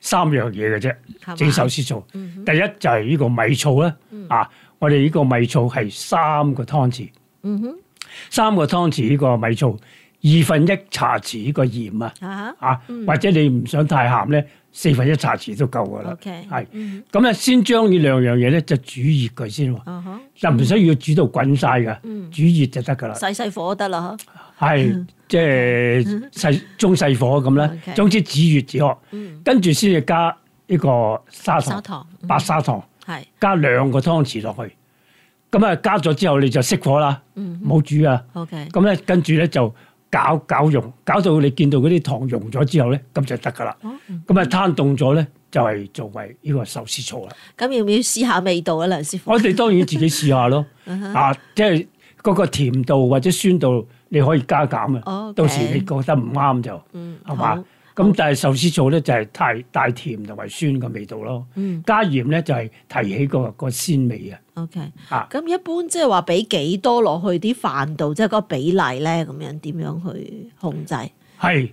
Speaker 3: 三樣嘢嘅啫。
Speaker 2: 係
Speaker 3: 整
Speaker 2: 嘛嗯
Speaker 3: 壽司醋。第一就係呢個米醋啦，啊，我哋呢個米醋係三個湯匙，
Speaker 2: 嗯哼，
Speaker 3: 三個湯匙呢個米醋，二分一茶匙呢個鹽啊，
Speaker 2: 啊
Speaker 3: 啊，或者你唔想太鹹咧，四分一茶匙都夠噶
Speaker 2: 哈
Speaker 3: 啦。
Speaker 2: ，OK，
Speaker 3: 係
Speaker 2: 嗯
Speaker 3: 咁咧，先將呢兩樣嘢咧就煮熱佢先喎，
Speaker 2: 哼，啊哈，
Speaker 3: 就唔需要煮到滾晒㗎，
Speaker 2: 嗯
Speaker 3: 煮熱就得㗎啦。
Speaker 2: 細細火得啦，
Speaker 3: 係即係細中細火咁啦
Speaker 2: 嗯 OK，嗯
Speaker 3: 總之煮熱止渴，跟住先至加呢個砂
Speaker 2: 砂
Speaker 3: 糖、
Speaker 2: 糖，嗯
Speaker 3: 白砂糖。
Speaker 2: 係，
Speaker 3: 加兩個湯匙落去。咁啊，加咗之後你就熄火啦，
Speaker 2: 嗯
Speaker 3: 唔好煮啊。
Speaker 2: ，OK，
Speaker 3: 咁咧，跟住咧就攪攪溶，攪到你見到嗰啲糖溶咗之後咧，咁就得噶啦。
Speaker 2: 哦嗯
Speaker 3: 咁啊，攤凍咗咧，就係作為呢個壽司 醋啦。
Speaker 2: 咁要唔要試下味道啊，梁師傅？
Speaker 3: 我哋當然自己試下咯，
Speaker 2: Uh-huh
Speaker 3: 啊，即係嗰個甜度或者酸度你可以加減啊。
Speaker 2: 哦 OK
Speaker 3: 到時你覺得唔啱就
Speaker 2: 嗯，
Speaker 3: 係
Speaker 2: 好
Speaker 3: 嘛？？咁但係壽司醋咧就係太帶甜同埋酸嘅味道咯。
Speaker 2: 嗯
Speaker 3: 加鹽咧就係提起個個鮮味啊。
Speaker 2: ，OK。
Speaker 3: 啊，
Speaker 2: 咁一般即係話俾幾多落去啲飯度，即係嗰個比例咧，咁樣點樣去控制？
Speaker 3: 係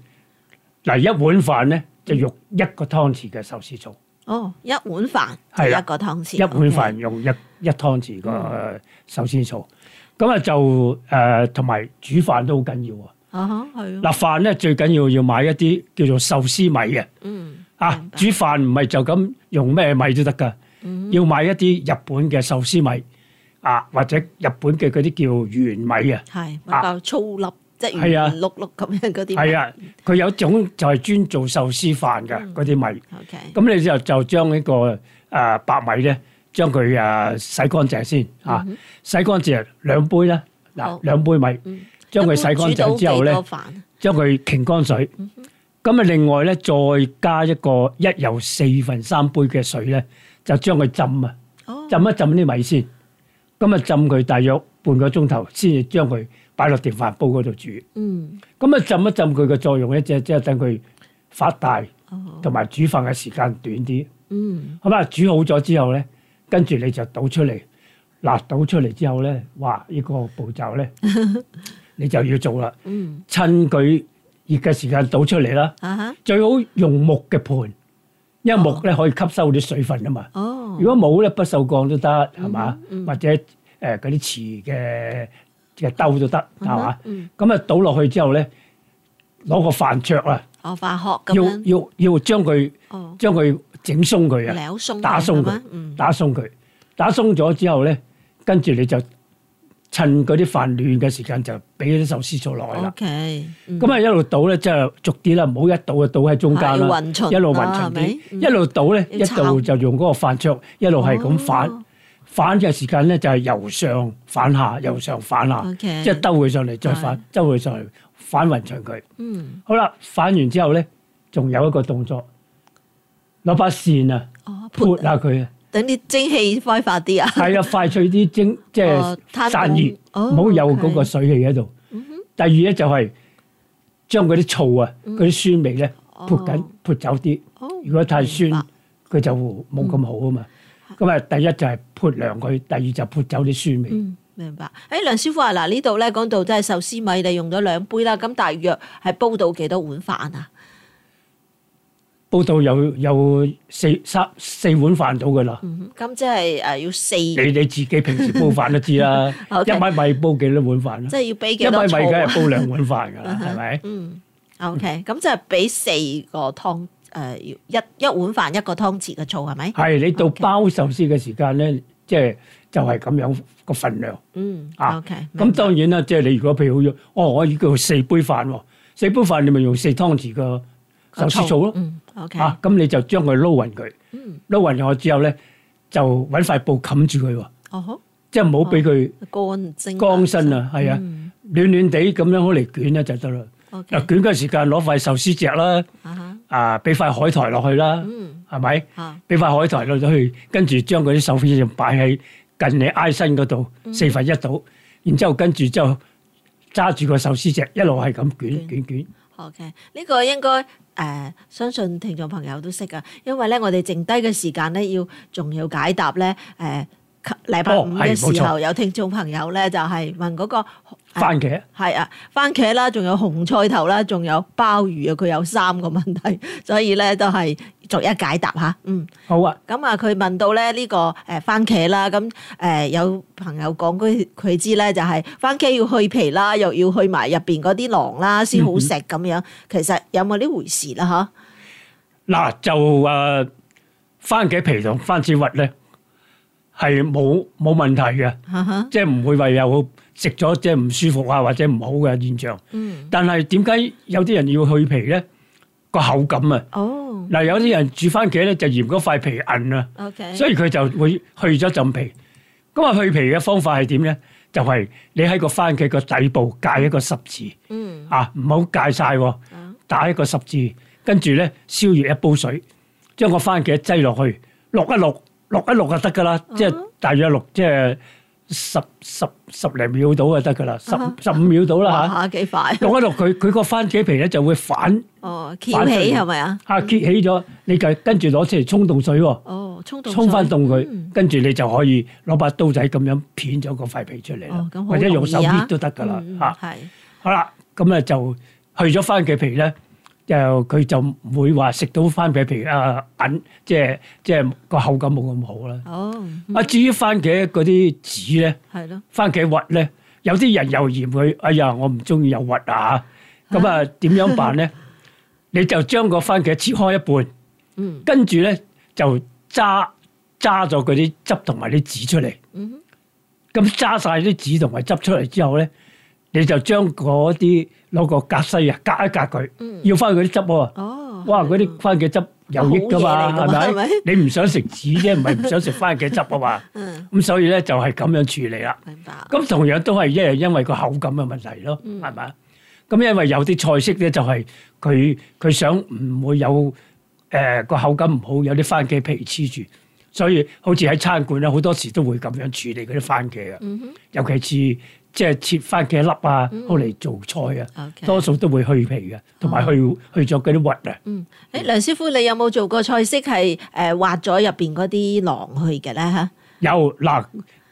Speaker 3: 嗱，一碗飯咧就用一個湯匙嘅壽司醋，
Speaker 2: 哦，一碗飯就
Speaker 3: 係啦
Speaker 2: 一個湯匙，
Speaker 3: 一碗
Speaker 2: OK 嗯
Speaker 3: 飯用一一湯匙個壽司醋。咁啊就誒同埋煮飯都好緊要啊！
Speaker 2: 啊哈，係咯，
Speaker 3: 嗱飯咧最緊要要買一啲叫做壽司米嘅
Speaker 2: 嗯，
Speaker 3: 啊
Speaker 2: 明，白嗯
Speaker 3: 煮飯唔係就咁用咩米都得㗎，要買一啲日本嘅壽司米啊，或者日本嘅嗰啲叫圓米啊。
Speaker 2: 係比
Speaker 3: 啊
Speaker 2: 較粗粒，即係
Speaker 3: 係啊
Speaker 2: 圓碌碌咁樣嗰啲。
Speaker 3: 係，啊，佢有一種就係專
Speaker 2: 嗯
Speaker 3: 做壽司飯嘅嗰啲米。
Speaker 2: OK，
Speaker 3: 咁你就就將呢個誒白米咧將佢誒洗乾淨先啊，洗乾淨兩杯啦，
Speaker 2: 好
Speaker 3: 嗱兩杯米
Speaker 2: 嗯，
Speaker 3: 將佢洗乾淨之後
Speaker 2: 一
Speaker 3: 咧
Speaker 2: 般煮到幾多。飯
Speaker 3: 將佢擎乾水。咁啊，另外咧，再加一個一油四分三杯嘅水咧，就將佢浸啊，
Speaker 2: 哦
Speaker 3: 浸一浸啲米先。咁啊，浸佢大約半個鐘頭，先至將佢擺落電飯煲嗰度煮。
Speaker 2: 嗯，
Speaker 3: 咁啊，浸一浸佢嘅作用咧，即係即係等佢發大，
Speaker 2: 哦，
Speaker 3: 同埋煮飯嘅時間短啲。
Speaker 2: 嗯，
Speaker 3: 好啦，煮好咗之後咧，跟住你就倒出嚟。嗱，倒出嚟之後咧，哇！呢、個步驟咧， 你就要做啦。
Speaker 2: 嗯，
Speaker 3: 趁佢熱嘅時間倒出嚟啦。
Speaker 2: 啊哈，
Speaker 3: 最好用木嘅盤，因為木咧可以吸收啲水分啊嘛。
Speaker 2: 哦，
Speaker 3: 如果冇咧，不鏽鋼都得，係嘛？
Speaker 2: 嗯
Speaker 3: 或者誒嗰啲瓷嘅嘅兜都得，係嘛
Speaker 2: 嗯？
Speaker 3: 咁啊倒落去之後咧，攞個飯桌啊，
Speaker 2: 哦，化學咁
Speaker 3: 要
Speaker 2: 樣，
Speaker 3: 要要將佢
Speaker 2: 哦，
Speaker 3: 將佢整鬆佢啊，
Speaker 2: 扭鬆
Speaker 3: 打鬆
Speaker 2: 鬆
Speaker 3: 佢
Speaker 2: 嗯，
Speaker 3: 打鬆佢，打鬆咗之後咧，跟住你就趁嗰啲飯暖嘅時間就俾啲壽司做落去啦
Speaker 2: O。K，
Speaker 3: 咁啊一路倒咧，即係逐啲啦，唔好一倒就倒喺中間
Speaker 2: 係
Speaker 3: 啦，
Speaker 2: 混巡
Speaker 3: 一路
Speaker 2: 啦
Speaker 3: 混
Speaker 2: 係咪
Speaker 3: 巡
Speaker 2: 嗯
Speaker 3: 啲，一路倒咧，
Speaker 2: 要
Speaker 3: 一度
Speaker 2: 抄
Speaker 3: 就用嗰個飯桌一路係咁反
Speaker 2: 哦
Speaker 3: 反嘅時間咧，就係由上反下，由上反下
Speaker 2: OK
Speaker 3: 即係兜佢上嚟再
Speaker 2: 係
Speaker 3: 反，兜佢上嚟反勻上佢。
Speaker 2: 嗯，
Speaker 3: 好啦，反完之後咧，仲有一個動作，攞把扇啊，
Speaker 2: 哦，
Speaker 3: 潑
Speaker 2: 潑
Speaker 3: 下佢啊，
Speaker 2: 等啲蒸氣揮發啲啊，
Speaker 3: 係啊，快脆啲蒸，即
Speaker 2: 哦嗯攤
Speaker 3: 係散熱，
Speaker 2: 凍
Speaker 3: 唔好有嗰
Speaker 2: 哦
Speaker 3: 個
Speaker 2: ，OK
Speaker 3: 水氣喺度。第二咧就係將嗰啲醋啊，嗰啲酸味咧潑緊
Speaker 2: 嗯哦
Speaker 3: 潑走啲。
Speaker 2: 哦
Speaker 3: 如果太
Speaker 2: 明
Speaker 3: 酸
Speaker 2: 白，嗯
Speaker 3: 佢就冇咁好啊嘛。咁啊，第一就係潑涼佢，第二就潑走啲酸味。
Speaker 2: 嗯，明白。誒，梁師傅啊，嗱呢度咧講到真係壽司米，你用咗兩杯啦，咁大約係煲到幾多碗飯啊？
Speaker 3: 煲到有有四三四碗飯到噶啦。
Speaker 2: 嗯咁即係誒要四，
Speaker 3: 你你自己平時煲飯都知 啦，一
Speaker 2: OK
Speaker 3: 米米煲幾多碗飯
Speaker 2: 即
Speaker 3: 啦？
Speaker 2: 係要俾
Speaker 3: 一
Speaker 2: 幾
Speaker 3: 米
Speaker 2: 多
Speaker 3: 米
Speaker 2: 醋
Speaker 3: 梗係
Speaker 2: 啊
Speaker 3: 煲兩碗飯噶啦，係咪？
Speaker 2: 嗯，OK，咁即係俾四個湯誒，要一一碗飯一個湯匙嘅醋係咪？
Speaker 3: 係你到
Speaker 2: OK
Speaker 3: 包壽司嘅時間咧，即係就係咁樣個份量。
Speaker 2: 嗯
Speaker 3: 啊
Speaker 2: ，OK，明白
Speaker 3: 咁當然啦，即係你如果譬如要，哦，我要叫四杯飯喎，四杯飯你咪用四湯匙嘅壽司醋咯，
Speaker 2: 嗯，OK，
Speaker 3: 啊，咁你就將佢撈勻佢，
Speaker 2: 嗯，
Speaker 3: 撈勻咗之後咧，就揾塊布冚住佢喎，
Speaker 2: 哦嗯好，
Speaker 3: 即係唔好俾佢
Speaker 2: 乾蒸
Speaker 3: 乾身啊，係啊，暖暖地咁樣好嚟捲咧就得啦。
Speaker 2: ，OK，
Speaker 3: 嗱，捲嘅時間攞塊壽司隻啦，
Speaker 2: 啊哈，
Speaker 3: 啊，俾塊海苔落去啦，
Speaker 2: 嗯，
Speaker 3: 係咪？
Speaker 2: 嚇，
Speaker 3: 俾塊海苔落咗去，跟住將嗰啲手指就擺喺近你挨身嗰度四分一度，然之後跟住就揸住個壽司隻一路係咁捲捲捲，
Speaker 2: OK，呢個應該誒、呃相信聽眾朋友都識噶，因為咧我哋剩低嘅時間咧，要仲要解答咧誒。呃禮拜
Speaker 3: 哦
Speaker 2: 五嘅
Speaker 3: 係冇
Speaker 2: 時候，
Speaker 3: 錯
Speaker 2: 有聽眾朋友咧就係問嗰、個呃
Speaker 3: 番茄
Speaker 2: 係啊，番茄啦，仲有紅菜頭啦，仲有鮑魚啊，佢有三個問題，所以咧都係逐一解答吓。嗯，
Speaker 3: 好啊！
Speaker 2: 咁啊，佢問到咧呢個誒番茄啦，咁誒有朋友講佢佢知咧就係番茄要去皮啦，又要去埋入邊嗰啲囊啦，先
Speaker 3: 嗯
Speaker 2: 好食咁樣。其實有冇呢回事啦？吓，
Speaker 3: 嗱就誒、呃番茄皮同番子核咧係冇冇問題嘅，
Speaker 2: 哈哈，
Speaker 3: 即係唔會話有食咗即係唔舒服啊或者唔好嘅現象。
Speaker 2: 嗯，
Speaker 3: 但係點解有啲人要去皮咧？個口感啊！
Speaker 2: 哦
Speaker 3: 嗱，有啲人煮番茄咧就嫌嗰塊皮韌啊。
Speaker 2: ，OK，
Speaker 3: 所以佢就會去咗浸皮。咁啊，去皮嘅方法係點咧？就係、你喺個番茄個底部界一個十字
Speaker 2: 嗯，
Speaker 3: 啊，唔好界晒喎，
Speaker 2: 啊
Speaker 3: 打一個十字，跟住咧燒熱一煲水，將個番茄擠落去，落一落，落一落就得噶啦，
Speaker 2: 啊
Speaker 3: 即係大約落即係十十十零秒到就得噶啦，十
Speaker 2: 啊
Speaker 3: 十五秒到
Speaker 2: 哇
Speaker 3: 啦
Speaker 2: 下幾快
Speaker 3: 嚇，，落一落佢佢個番茄皮咧就會反
Speaker 2: 哦，翹起係咪啊？
Speaker 3: 啊揭起咗，你就跟住攞出嚟沖凍水喎。
Speaker 2: 哦，沖凍
Speaker 3: 沖翻凍
Speaker 2: 嗯
Speaker 3: 佢，跟住你就可以攞把刀仔咁樣片咗個塊皮出嚟啦
Speaker 2: 哦，咁，好
Speaker 3: 或者用手
Speaker 2: 容易啊
Speaker 3: 搣都得噶啦
Speaker 2: 嗯嗯
Speaker 3: 嚇。
Speaker 2: 係。
Speaker 3: 好啦，咁咧就去咗番茄皮咧，就佢就唔會話食到番茄皮啊韌，即係即係個口感冇咁好啦。
Speaker 2: 哦，
Speaker 3: 啊，至於番茄嗰啲籽咧，
Speaker 2: 係咯，
Speaker 3: 番茄核咧，有啲人又嫌佢，哎呀，我唔中意有核啊，咁啊點樣 辦咧？你就將個番茄切開一半。
Speaker 2: 嗯
Speaker 3: 跟住咧就揸揸咗嗰啲汁同埋啲籽出嚟。
Speaker 2: 嗯
Speaker 3: 咁揸晒啲籽同埋汁出嚟之後咧，你就將嗰啲攞個格篩啊，隔一隔佢，
Speaker 2: 嗯
Speaker 3: 要翻佢啲汁喎。
Speaker 2: 哼，哦哦
Speaker 3: 哇！嗰啲番茄汁有益噶嘛，
Speaker 2: 好嘢嚟㗎嘛
Speaker 3: 係咪
Speaker 2: 係？
Speaker 3: 你唔想食紙啫，唔係唔想食番茄汁啊嘛。
Speaker 2: 嗯，
Speaker 3: 咁所以咧就係咁樣處理啦。
Speaker 2: 明白。
Speaker 3: 咁同樣都係一樣，因為個口感嘅問題咯，
Speaker 2: 嗯
Speaker 3: 係咪啊？咁因為有啲菜式咧，就係佢佢想唔會有誒個、口感唔好，有啲番茄皮黐住，所以好似喺餐館咧，好多時都會咁樣處理嗰啲番茄嘅，啊
Speaker 2: 嗯
Speaker 3: 尤其是即係切番茄粒啊，攞嚟做菜啊，
Speaker 2: OK 哦
Speaker 3: 多數都會去皮嘅，同埋去、去咗嗰啲核啊。
Speaker 2: 嗯，誒梁師傅，你有冇做過菜式係誒挖咗入邊嗰啲囊去嘅咧嚇？
Speaker 3: 有嗱，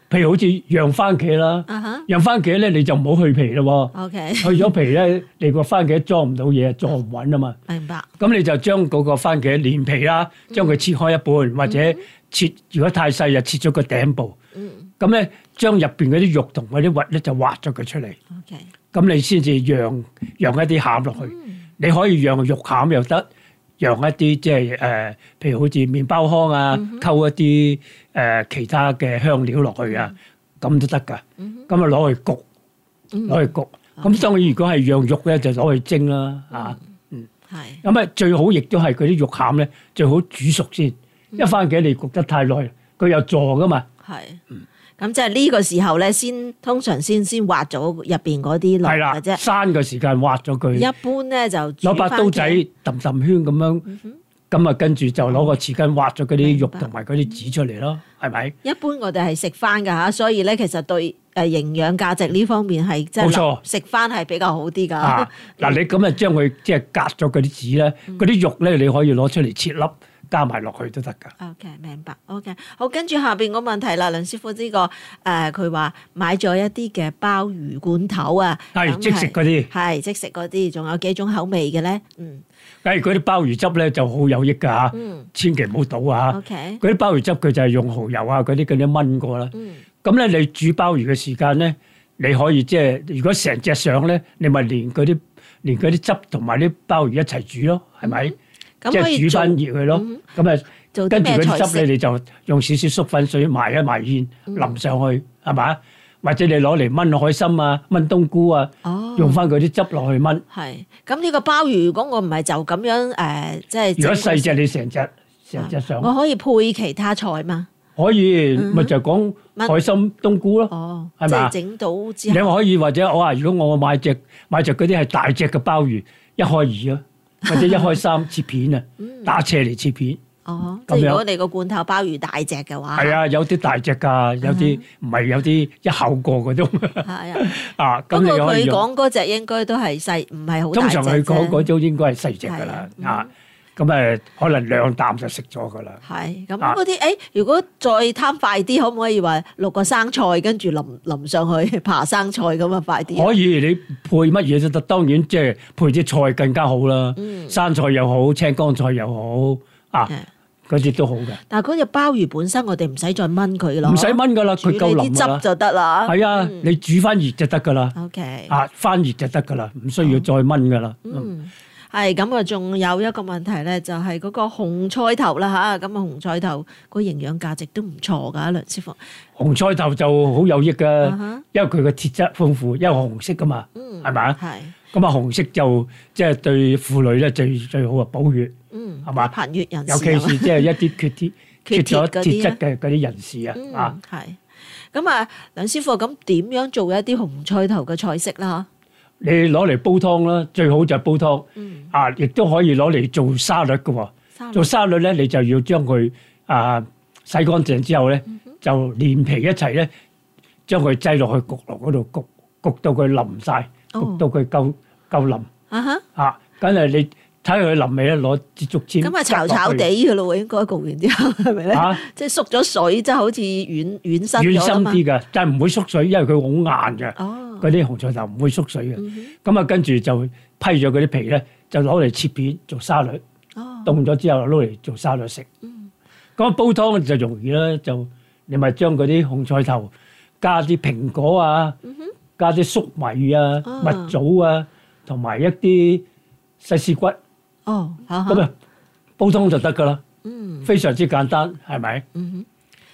Speaker 3: 譬如好似釀番茄啦，
Speaker 2: 啊哈
Speaker 3: 釀番茄咧你就唔好去皮咯喎。
Speaker 2: ，OK，
Speaker 3: 去咗皮咧，你個番茄裝唔到嘢，裝唔穩啊嘛。
Speaker 2: 明白。
Speaker 3: 咁你就將嗰個番茄連皮啦，將佢切開一半，或者切如果太細就切咗個頂部。
Speaker 2: 嗯
Speaker 3: 咁咧，將入邊嗰啲肉同嗰啲核咧就挖咗佢出嚟，
Speaker 2: ，OK，
Speaker 3: 咁你先至釀釀一啲餡落去。
Speaker 2: 嗯
Speaker 3: 你可以釀肉餡又得，釀一啲即係誒，呃譬如好似麵包糠啊，
Speaker 2: 嗯
Speaker 3: 溝一啲誒、呃其他嘅香料落去
Speaker 2: 嗯
Speaker 3: 啊，咁都得㗎。咁啊攞去焗，
Speaker 2: 嗯
Speaker 3: 攞去焗。
Speaker 2: 啊
Speaker 3: 咁當然如果係釀肉咧，就攞去蒸啦，啊。
Speaker 2: 嗯係
Speaker 3: 咁啊，最好亦都係佢啲肉餡咧，最好煮熟先。
Speaker 2: 嗯
Speaker 3: 一番茄你焗得太耐，佢又坐噶嘛。
Speaker 2: 係。咁即係呢個時候咧，先通常先先挖咗入邊嗰啲
Speaker 3: 係
Speaker 2: 囊
Speaker 3: 啦，
Speaker 2: 嘅啫。
Speaker 3: 生嘅時間挖咗佢，
Speaker 2: 一般咧就煮
Speaker 3: 攞把
Speaker 2: 番
Speaker 3: 刀
Speaker 2: 茄
Speaker 3: 仔揼揼圈咁樣，咁啊跟住就攞個匙羹挖咗嗰啲肉
Speaker 2: 明白
Speaker 3: 同埋嗰啲籽出嚟咯，係咪？
Speaker 2: 一般我哋係食翻㗎嚇，所以咧其實對誒營養價值呢方面係即
Speaker 3: 冇
Speaker 2: 係
Speaker 3: 錯
Speaker 2: 食翻係比較好啲㗎
Speaker 3: 啊。，嗱你咁啊將佢即係隔咗嗰啲籽咧，
Speaker 2: 嗯
Speaker 3: 嗰啲肉咧你可以攞出嚟切粒加埋落去都得㗎。
Speaker 2: OK，明白。OK，好，跟住下邊個問題啦，梁師傅呢、個誒，佢、話買咗一啲嘅鮑魚罐頭啊，
Speaker 3: 係
Speaker 2: 咁
Speaker 3: 哎即食嗰啲
Speaker 2: 係即食嗰啲，仲有幾種口味嘅咧？嗯
Speaker 3: 誒哎嗰啲鮑魚汁咧就好有益㗎嚇，
Speaker 2: 嗯
Speaker 3: 千祈唔好倒啊嚇。
Speaker 2: ，OK，
Speaker 3: 嗰啲鮑魚汁佢就係用蠔油啊嗰啲嗰啲炆過啦。
Speaker 2: 嗯
Speaker 3: 咁咧，你煮鮑魚嘅時間咧，你可以即係如果成隻上咧，你咪連嗰啲連嗰啲汁同埋啲鮳魚一齊煮咯，係咪？
Speaker 2: 咁
Speaker 3: 即
Speaker 2: 可以
Speaker 3: 係煮
Speaker 2: 做
Speaker 3: 翻熱佢咯。咁啊、
Speaker 2: 做啲
Speaker 3: 跟住
Speaker 2: 咩
Speaker 3: 嗰
Speaker 2: 菜
Speaker 3: 啲汁
Speaker 2: 式？
Speaker 3: 咧，你就用少少粟粉水埋一埋芡，淋上去係嘛？或者你攞嚟炆海參啊、炆冬菇啊，
Speaker 2: 哦
Speaker 3: 用翻嗰啲汁落去炆。
Speaker 2: 係咁呢個鮑魚，如果我唔係就咁樣誒、呃即係
Speaker 3: 如果
Speaker 2: 整個
Speaker 3: 細隻，你成隻成隻上
Speaker 2: 我可以配其他菜嘛？
Speaker 3: 可以，咪就係講
Speaker 2: 炆
Speaker 3: 海參冬菇咯。
Speaker 2: 哦，即
Speaker 3: 係咪啊
Speaker 2: 係整到之
Speaker 3: 你
Speaker 2: 後，
Speaker 3: 可以或者我話，如果我買只買只嗰啲係大隻嘅鮑魚，一開二 啊，或者一開三切片啊，
Speaker 2: 嗯
Speaker 3: 打斜嚟切片。
Speaker 2: 哦，即
Speaker 3: 咁
Speaker 2: 係如
Speaker 3: 樣
Speaker 2: 果你個罐頭鮑魚大隻嘅話，
Speaker 3: 係啊，有啲大隻㗎，有
Speaker 2: 嗯
Speaker 3: 啲唔係有啲一口過嗰種
Speaker 2: 係啊。
Speaker 3: 啊。
Speaker 2: 不
Speaker 3: 咁
Speaker 2: 過
Speaker 3: 你可以
Speaker 2: 佢
Speaker 3: 用。
Speaker 2: 講嗰只應該都係細，唔係好
Speaker 3: 通
Speaker 2: 大隻
Speaker 3: 常佢講嗰種應該係細隻㗎
Speaker 2: 係啊
Speaker 3: 啦
Speaker 2: 嗯
Speaker 3: 啊。咁誒，可能兩啖就食咗㗎啦。
Speaker 2: 係咁
Speaker 3: 啊
Speaker 2: 嗰啲誒，如果再貪快啲，可唔可以話落個生菜，跟住淋淋上去爬生菜咁啊？快啲！
Speaker 3: 可以你配乜嘢都得，當然即係配啲菜更加好啦。生菜又好，青江菜又好啊
Speaker 2: 嗯係，
Speaker 3: 嗰啲都好嘅。
Speaker 2: 但係嗰只鮑魚本身，我哋唔使再炆佢咯，
Speaker 3: 唔使炆㗎啦，
Speaker 2: 煮
Speaker 3: 佢夠
Speaker 2: 你
Speaker 3: 腍㗎
Speaker 2: 啲
Speaker 3: 啦
Speaker 2: 汁。就得啦。
Speaker 3: 係啊，你煮翻熱就得噶啦，
Speaker 2: OK，
Speaker 3: 啊翻熱就得噶啦，唔需要再炆噶啦。
Speaker 2: 哦嗯，係咁啊，仲有一個問題咧，就係嗰個紅菜頭啦吓，咁啊紅菜頭個營養價值都唔錯㗎，梁師傅。
Speaker 3: 紅菜頭就好有益噶
Speaker 2: 啊哈，
Speaker 3: 因為佢個鐵質豐富，因為紅色噶嘛，
Speaker 2: 嗯，
Speaker 3: 係咪啊
Speaker 2: 係，
Speaker 3: 咁啊紅色就即係對婦女咧最最好啊補血，
Speaker 2: 嗯，
Speaker 3: 係嘛
Speaker 2: 貧血人士
Speaker 3: 尤其
Speaker 2: 啊嘛
Speaker 3: 是即係一啲 缺鐵
Speaker 2: 缺鐵
Speaker 3: 缺咗
Speaker 2: 嗰啲啊
Speaker 3: 鐵質嘅嗰啲人士啊，啊
Speaker 2: 嗯，係。咁啊，梁師傅，咁點樣做一啲紅菜頭嘅菜式啦？
Speaker 3: 你攞嚟煲湯啦，最好就係煲湯，
Speaker 2: 嗯
Speaker 3: 啊亦都可以攞嚟做沙律噶喎。
Speaker 2: 沙律
Speaker 3: 做沙律咧，你就要將佢啊洗乾淨之後咧，
Speaker 2: 嗯
Speaker 3: 就連皮一齊咧，將佢擠落去焗爐嗰度焗，焗到佢淋晒，
Speaker 2: 哦
Speaker 3: 焗到佢夠夠淋
Speaker 2: 啊哈，
Speaker 3: 啊！梗係你睇下佢淋未咧，攞支竹籤
Speaker 2: 咁啊巢巢地
Speaker 3: 拮
Speaker 2: 嘅咯喎，應該焗完之後係咪
Speaker 3: 落 去
Speaker 2: 咧？
Speaker 3: 啊，
Speaker 2: 即係縮咗水，即係好似軟軟身
Speaker 3: 軟
Speaker 2: 咗啊
Speaker 3: 身
Speaker 2: 嘛。
Speaker 3: 啲嘅，但係唔會縮水，因為佢好硬嘅。
Speaker 2: 哦，嗯
Speaker 3: 嗰啲紅菜頭唔會縮水嘅，咁啊跟住就批咗嗰啲皮咧，就攞嚟切片做沙律。
Speaker 2: 哦，
Speaker 3: 凍咗之後攞嚟做沙律食。咁煲湯就容易啦，就你咪將嗰啲紅菜頭加啲蘋果啊，加啲粟米啊、
Speaker 2: 啊
Speaker 3: 蜜棗啊，同埋一啲西絲骨，
Speaker 2: 哦，嚇
Speaker 3: 咁
Speaker 2: 嚇，
Speaker 3: 啊煲湯就得噶啦，
Speaker 2: 嗯
Speaker 3: 非常之簡單，係咪？
Speaker 2: 嗯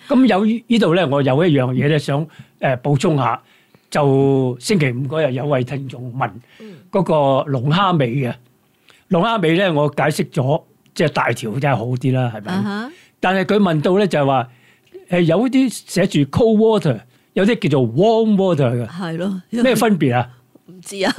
Speaker 3: 咁有呢呢度咧，我有一樣嘢咧想誒補充下，
Speaker 2: 嗯
Speaker 3: 就星期五嗰日有位聽眾問嗰個龍蝦味嘅龍蝦尾咧，我解釋咗，即係大條真係好啲啦，係咪？
Speaker 2: 啊
Speaker 3: 但係佢問到咧就係話，誒有啲寫住 cold water，有啲叫做 warm water
Speaker 2: 哈，係咯，
Speaker 3: 嘅，咩分別啊？
Speaker 2: 唔知啊，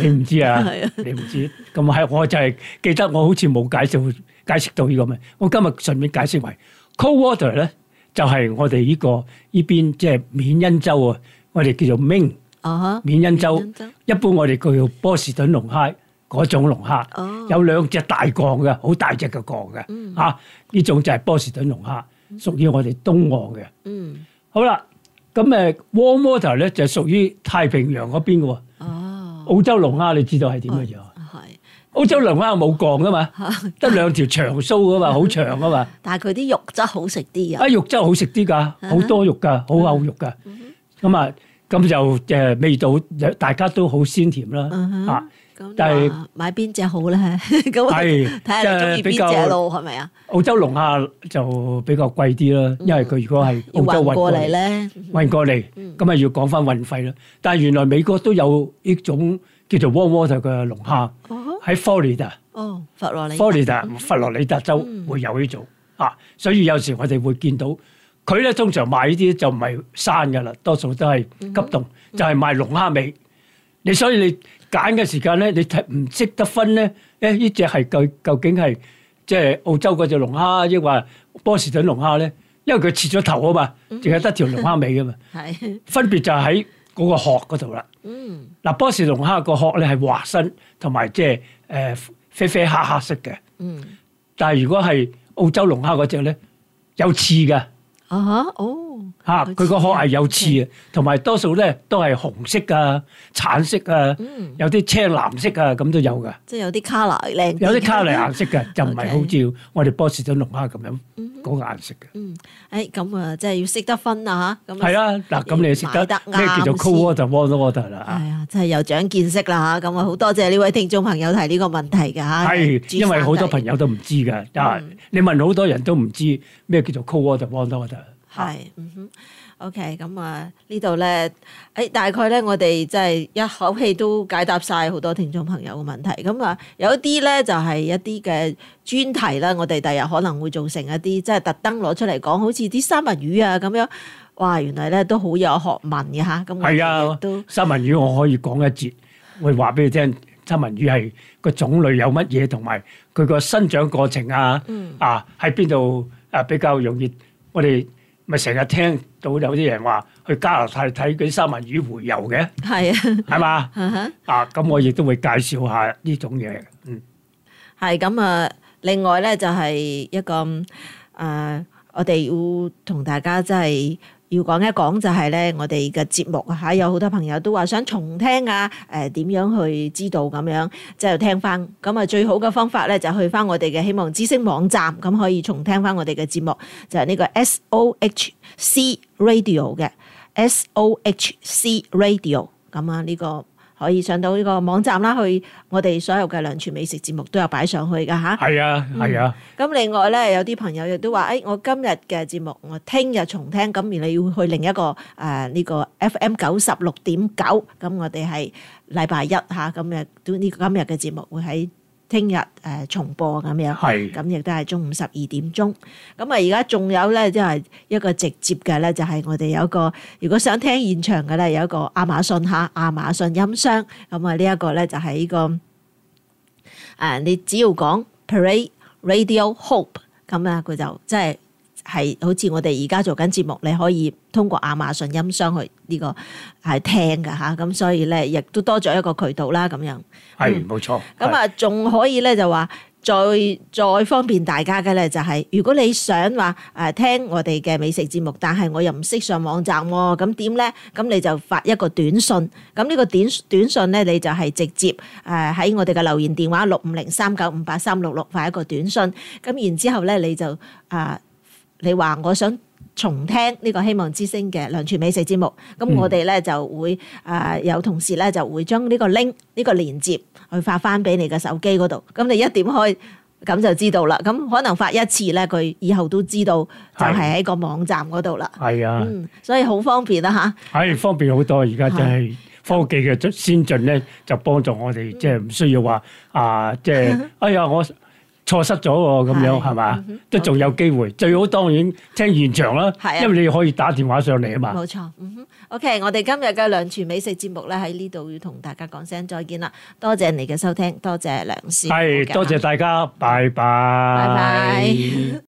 Speaker 3: 你唔知 啊
Speaker 2: 係啊，
Speaker 3: 你唔知。咁係我就係記得我好似冇解釋解釋到呢個咩，我今日順便解釋埋 cold water 咧，就係我哋呢個呢邊即係緬因州啊，我哋叫做 Ming
Speaker 2: 啊哈，
Speaker 3: 緬因州
Speaker 2: 緬因州，
Speaker 3: 一般我哋叫做波士頓龍蝦嗰種龍蝦，
Speaker 2: 哦嗯
Speaker 3: 有兩隻大鋼嘅，好大隻嘅鋼嘅，啊呢種就係波士頓龍蝦，屬於我哋東岸嘅。
Speaker 2: 嗯，
Speaker 3: 好啦，咁誒 warm water 咧就屬於太平洋嗰邊嘅喎。
Speaker 2: 哦，
Speaker 3: 澳洲龍蝦你知道係點嘅樣？
Speaker 2: 係，
Speaker 3: 澳洲龍蝦冇 槓噶嘛，得兩條長須噶嘛，好長噶嘛。
Speaker 2: 但係佢啲肉質好食啲啊
Speaker 3: 啊，，肉真係好食啲㗎，好多肉㗎，好厚肉㗎。
Speaker 2: 嗯
Speaker 3: 咁啊，咁就誒味道，大家都好鮮甜啦。
Speaker 2: 嗯哼
Speaker 3: 啊，
Speaker 2: 咁
Speaker 3: 但係
Speaker 2: 你話買邊只好咧？ 咁啊
Speaker 3: 係
Speaker 2: 睇下你中意
Speaker 3: 即係比
Speaker 2: 邊
Speaker 3: 較
Speaker 2: 只咯，係咪啊？
Speaker 3: 澳洲龍蝦就比較貴啲啦，因為佢如果係
Speaker 2: 嗯 要
Speaker 3: 澳洲
Speaker 2: 運
Speaker 3: 運
Speaker 2: 過
Speaker 3: 過
Speaker 2: 嚟嗯
Speaker 3: 嚟，
Speaker 2: 咧，
Speaker 3: 運過嚟，咁啊要講翻運費啦。但係原來美國都有呢種叫做 warm water 嘅龍蝦
Speaker 2: 哦
Speaker 3: 喺 Florida。
Speaker 2: 哦，佛羅里達
Speaker 3: 佛羅里達佛羅里達州會有呢種啊，所以有時我哋會見到佢咧，通常賣呢啲就唔係生嘅啦，多數都係急凍，就係賣龍蝦尾。你所以你揀嘅時間咧，你睇唔識得分咧，誒呢只係究究竟係即係澳洲嗰只龍蝦，抑或波士頓龍蝦咧？因為佢切咗頭啊嘛，淨係得條龍蝦尾啊嘛，
Speaker 2: 係，
Speaker 3: 分別就喺嗰個殼嗰度啦。
Speaker 2: 嗯，
Speaker 3: 嗱，波士龍蝦個殼咧係滑身同埋即係誒啡啡黑黑色嘅。
Speaker 2: 嗯，
Speaker 3: 但係如果係澳洲龍蝦嗰只咧，有刺嘅
Speaker 2: 啊哈，哦，
Speaker 3: 嚇，佢個殼係有刺
Speaker 2: 啊，
Speaker 3: 嘅，同埋多數咧都係紅色啊、橙色啊
Speaker 2: 嗯，
Speaker 3: 有啲青藍色啊咁都有嘅，
Speaker 2: 即係有啲 colour 靚，
Speaker 3: 有啲卡嚟顏色嘅，就唔
Speaker 2: 嗯 OK
Speaker 3: 係好似我哋波士頓龍蝦咁樣嗰個顏色嘅。
Speaker 2: 嗯，誒咁啊，即係要識得分啊嚇，咁
Speaker 3: 係啦，嗱咁你就
Speaker 2: 嗯
Speaker 3: 識
Speaker 2: 買
Speaker 3: 得
Speaker 2: 啱
Speaker 3: 咩叫做
Speaker 2: 先
Speaker 3: cold water、warm water 啦
Speaker 2: 係啊，真係有長見識啦嚇，咁啊好多謝呢位聽眾朋友提呢個問題㗎嚇，
Speaker 3: 啊係，因為好多朋
Speaker 2: 友
Speaker 3: 友都唔知㗎，啊！
Speaker 2: 嗯
Speaker 3: 你問好多人都唔知咩叫做 cold water、warm water。
Speaker 2: 係，嗯哼，OK，咁啊呢度咧，誒大概咧我哋即係一口氣都解答晒好多聽眾朋友嘅問題，咁啊有一啲咧就係一啲嘅專題啦，我哋第日可能會做成一啲即係特登攞出嚟講，好似啲三文魚啊咁樣，哇原來咧都好有學問嘅嚇，咁我
Speaker 3: 係啊
Speaker 2: 哋都，
Speaker 3: 三文魚我可以講一節，會話俾你聽，三文魚係個種類有乜嘢，同埋佢個生長過程啊，
Speaker 2: 嗯
Speaker 3: 啊喺邊度啊比較容易。我哋咪成日聽到有啲人話去加拿大睇嗰啲三文魚回游嘅，
Speaker 2: 係啊。？
Speaker 3: 係嘛
Speaker 2: 嗯哼
Speaker 3: 啊，咁我亦都會介紹下呢種嘢。嗯，
Speaker 2: 係咁啊！另外咧就係一個誒、呃我哋要同大家即係要講一講，就係咧我哋嘅節目嚇，有好多朋友都話想重聽啊，誒、點樣去知道咁樣，即係聽翻。咁啊，最好嘅方法咧就去翻我哋嘅希望知識網站，咁可以重聽翻我哋嘅節目，就係、呢個 S O H C Radio 嘅 S O H C Radio 咁啊呢個。可以上到呢個網站啦，去我哋所有嘅兩全美食節目都有擺上去㗎吓。
Speaker 3: 係啊，係啊，
Speaker 2: 咁另外咧，有啲朋友亦都話：，誒、哎我今日嘅節目，我聽日重聽，咁而你要去另一個誒呢、個 FM 九十六點九，咁我哋係禮拜一嚇，咁誒都呢今日嘅節目會喺聽日誒重播咁樣。
Speaker 3: 係
Speaker 2: 咁亦都係中午十二點鐘。咁啊，而家仲有咧，即係一個直接嘅咧，就係我哋有一個，如果想聽現場嘅咧，有一個亞馬遜嚇，亞馬遜音箱。咁啊，呢一個咧就係呢個誒，你只要講 Parade Radio Hope，咁啊，佢就即係。係好似我哋而家做緊節目，你可以通過亞馬遜音箱去呢、個係聽㗎吓，咁所以咧亦都多咗一個渠道啦咁樣。
Speaker 3: 係冇錯。
Speaker 2: 咁啊，仲可以咧就話再再方便大家嘅咧，就係、如果你想話誒、呃、聽我哋嘅美食節目，但係我又唔識上網站喎、咁點咧？咁你就發一個短信，咁呢個短短信咧，你就係直接誒喺、我哋嘅留言電話六五零三九五八三六六發一個短信，咁然之後咧你就啊、你話我想。重聽呢個希望之聲嘅梁廚美食節目，咁我哋咧就會誒、呃有同事咧就會將呢個 link 呢個連接去發翻俾你嘅手機嗰度，咁你一點開咁就知道啦。咁可能發一次咧，佢以後都知道就
Speaker 3: 係
Speaker 2: 係喺個網站嗰度啦。
Speaker 3: 係啊，
Speaker 2: 嗯，所以好方便啦吓，
Speaker 3: 係方便好多，而家真係科技嘅進先進咧，就幫助我哋即係唔需要話啊，即係哎呀我錯失咗喎咁樣
Speaker 2: 係
Speaker 3: 係嘛
Speaker 2: 嗯哼，
Speaker 3: 都仲有機會。最好當然聽現場啦
Speaker 2: 係啊，
Speaker 3: 因為你可以打電話上嚟啊嘛。
Speaker 2: 冇錯，嗯哼，OK，我哋今日嘅兩全美食節目咧喺呢度要同大家講聲再見啦，多謝你嘅收聽，多謝梁師，
Speaker 3: 係，多謝，大家，拜拜。
Speaker 2: 拜拜。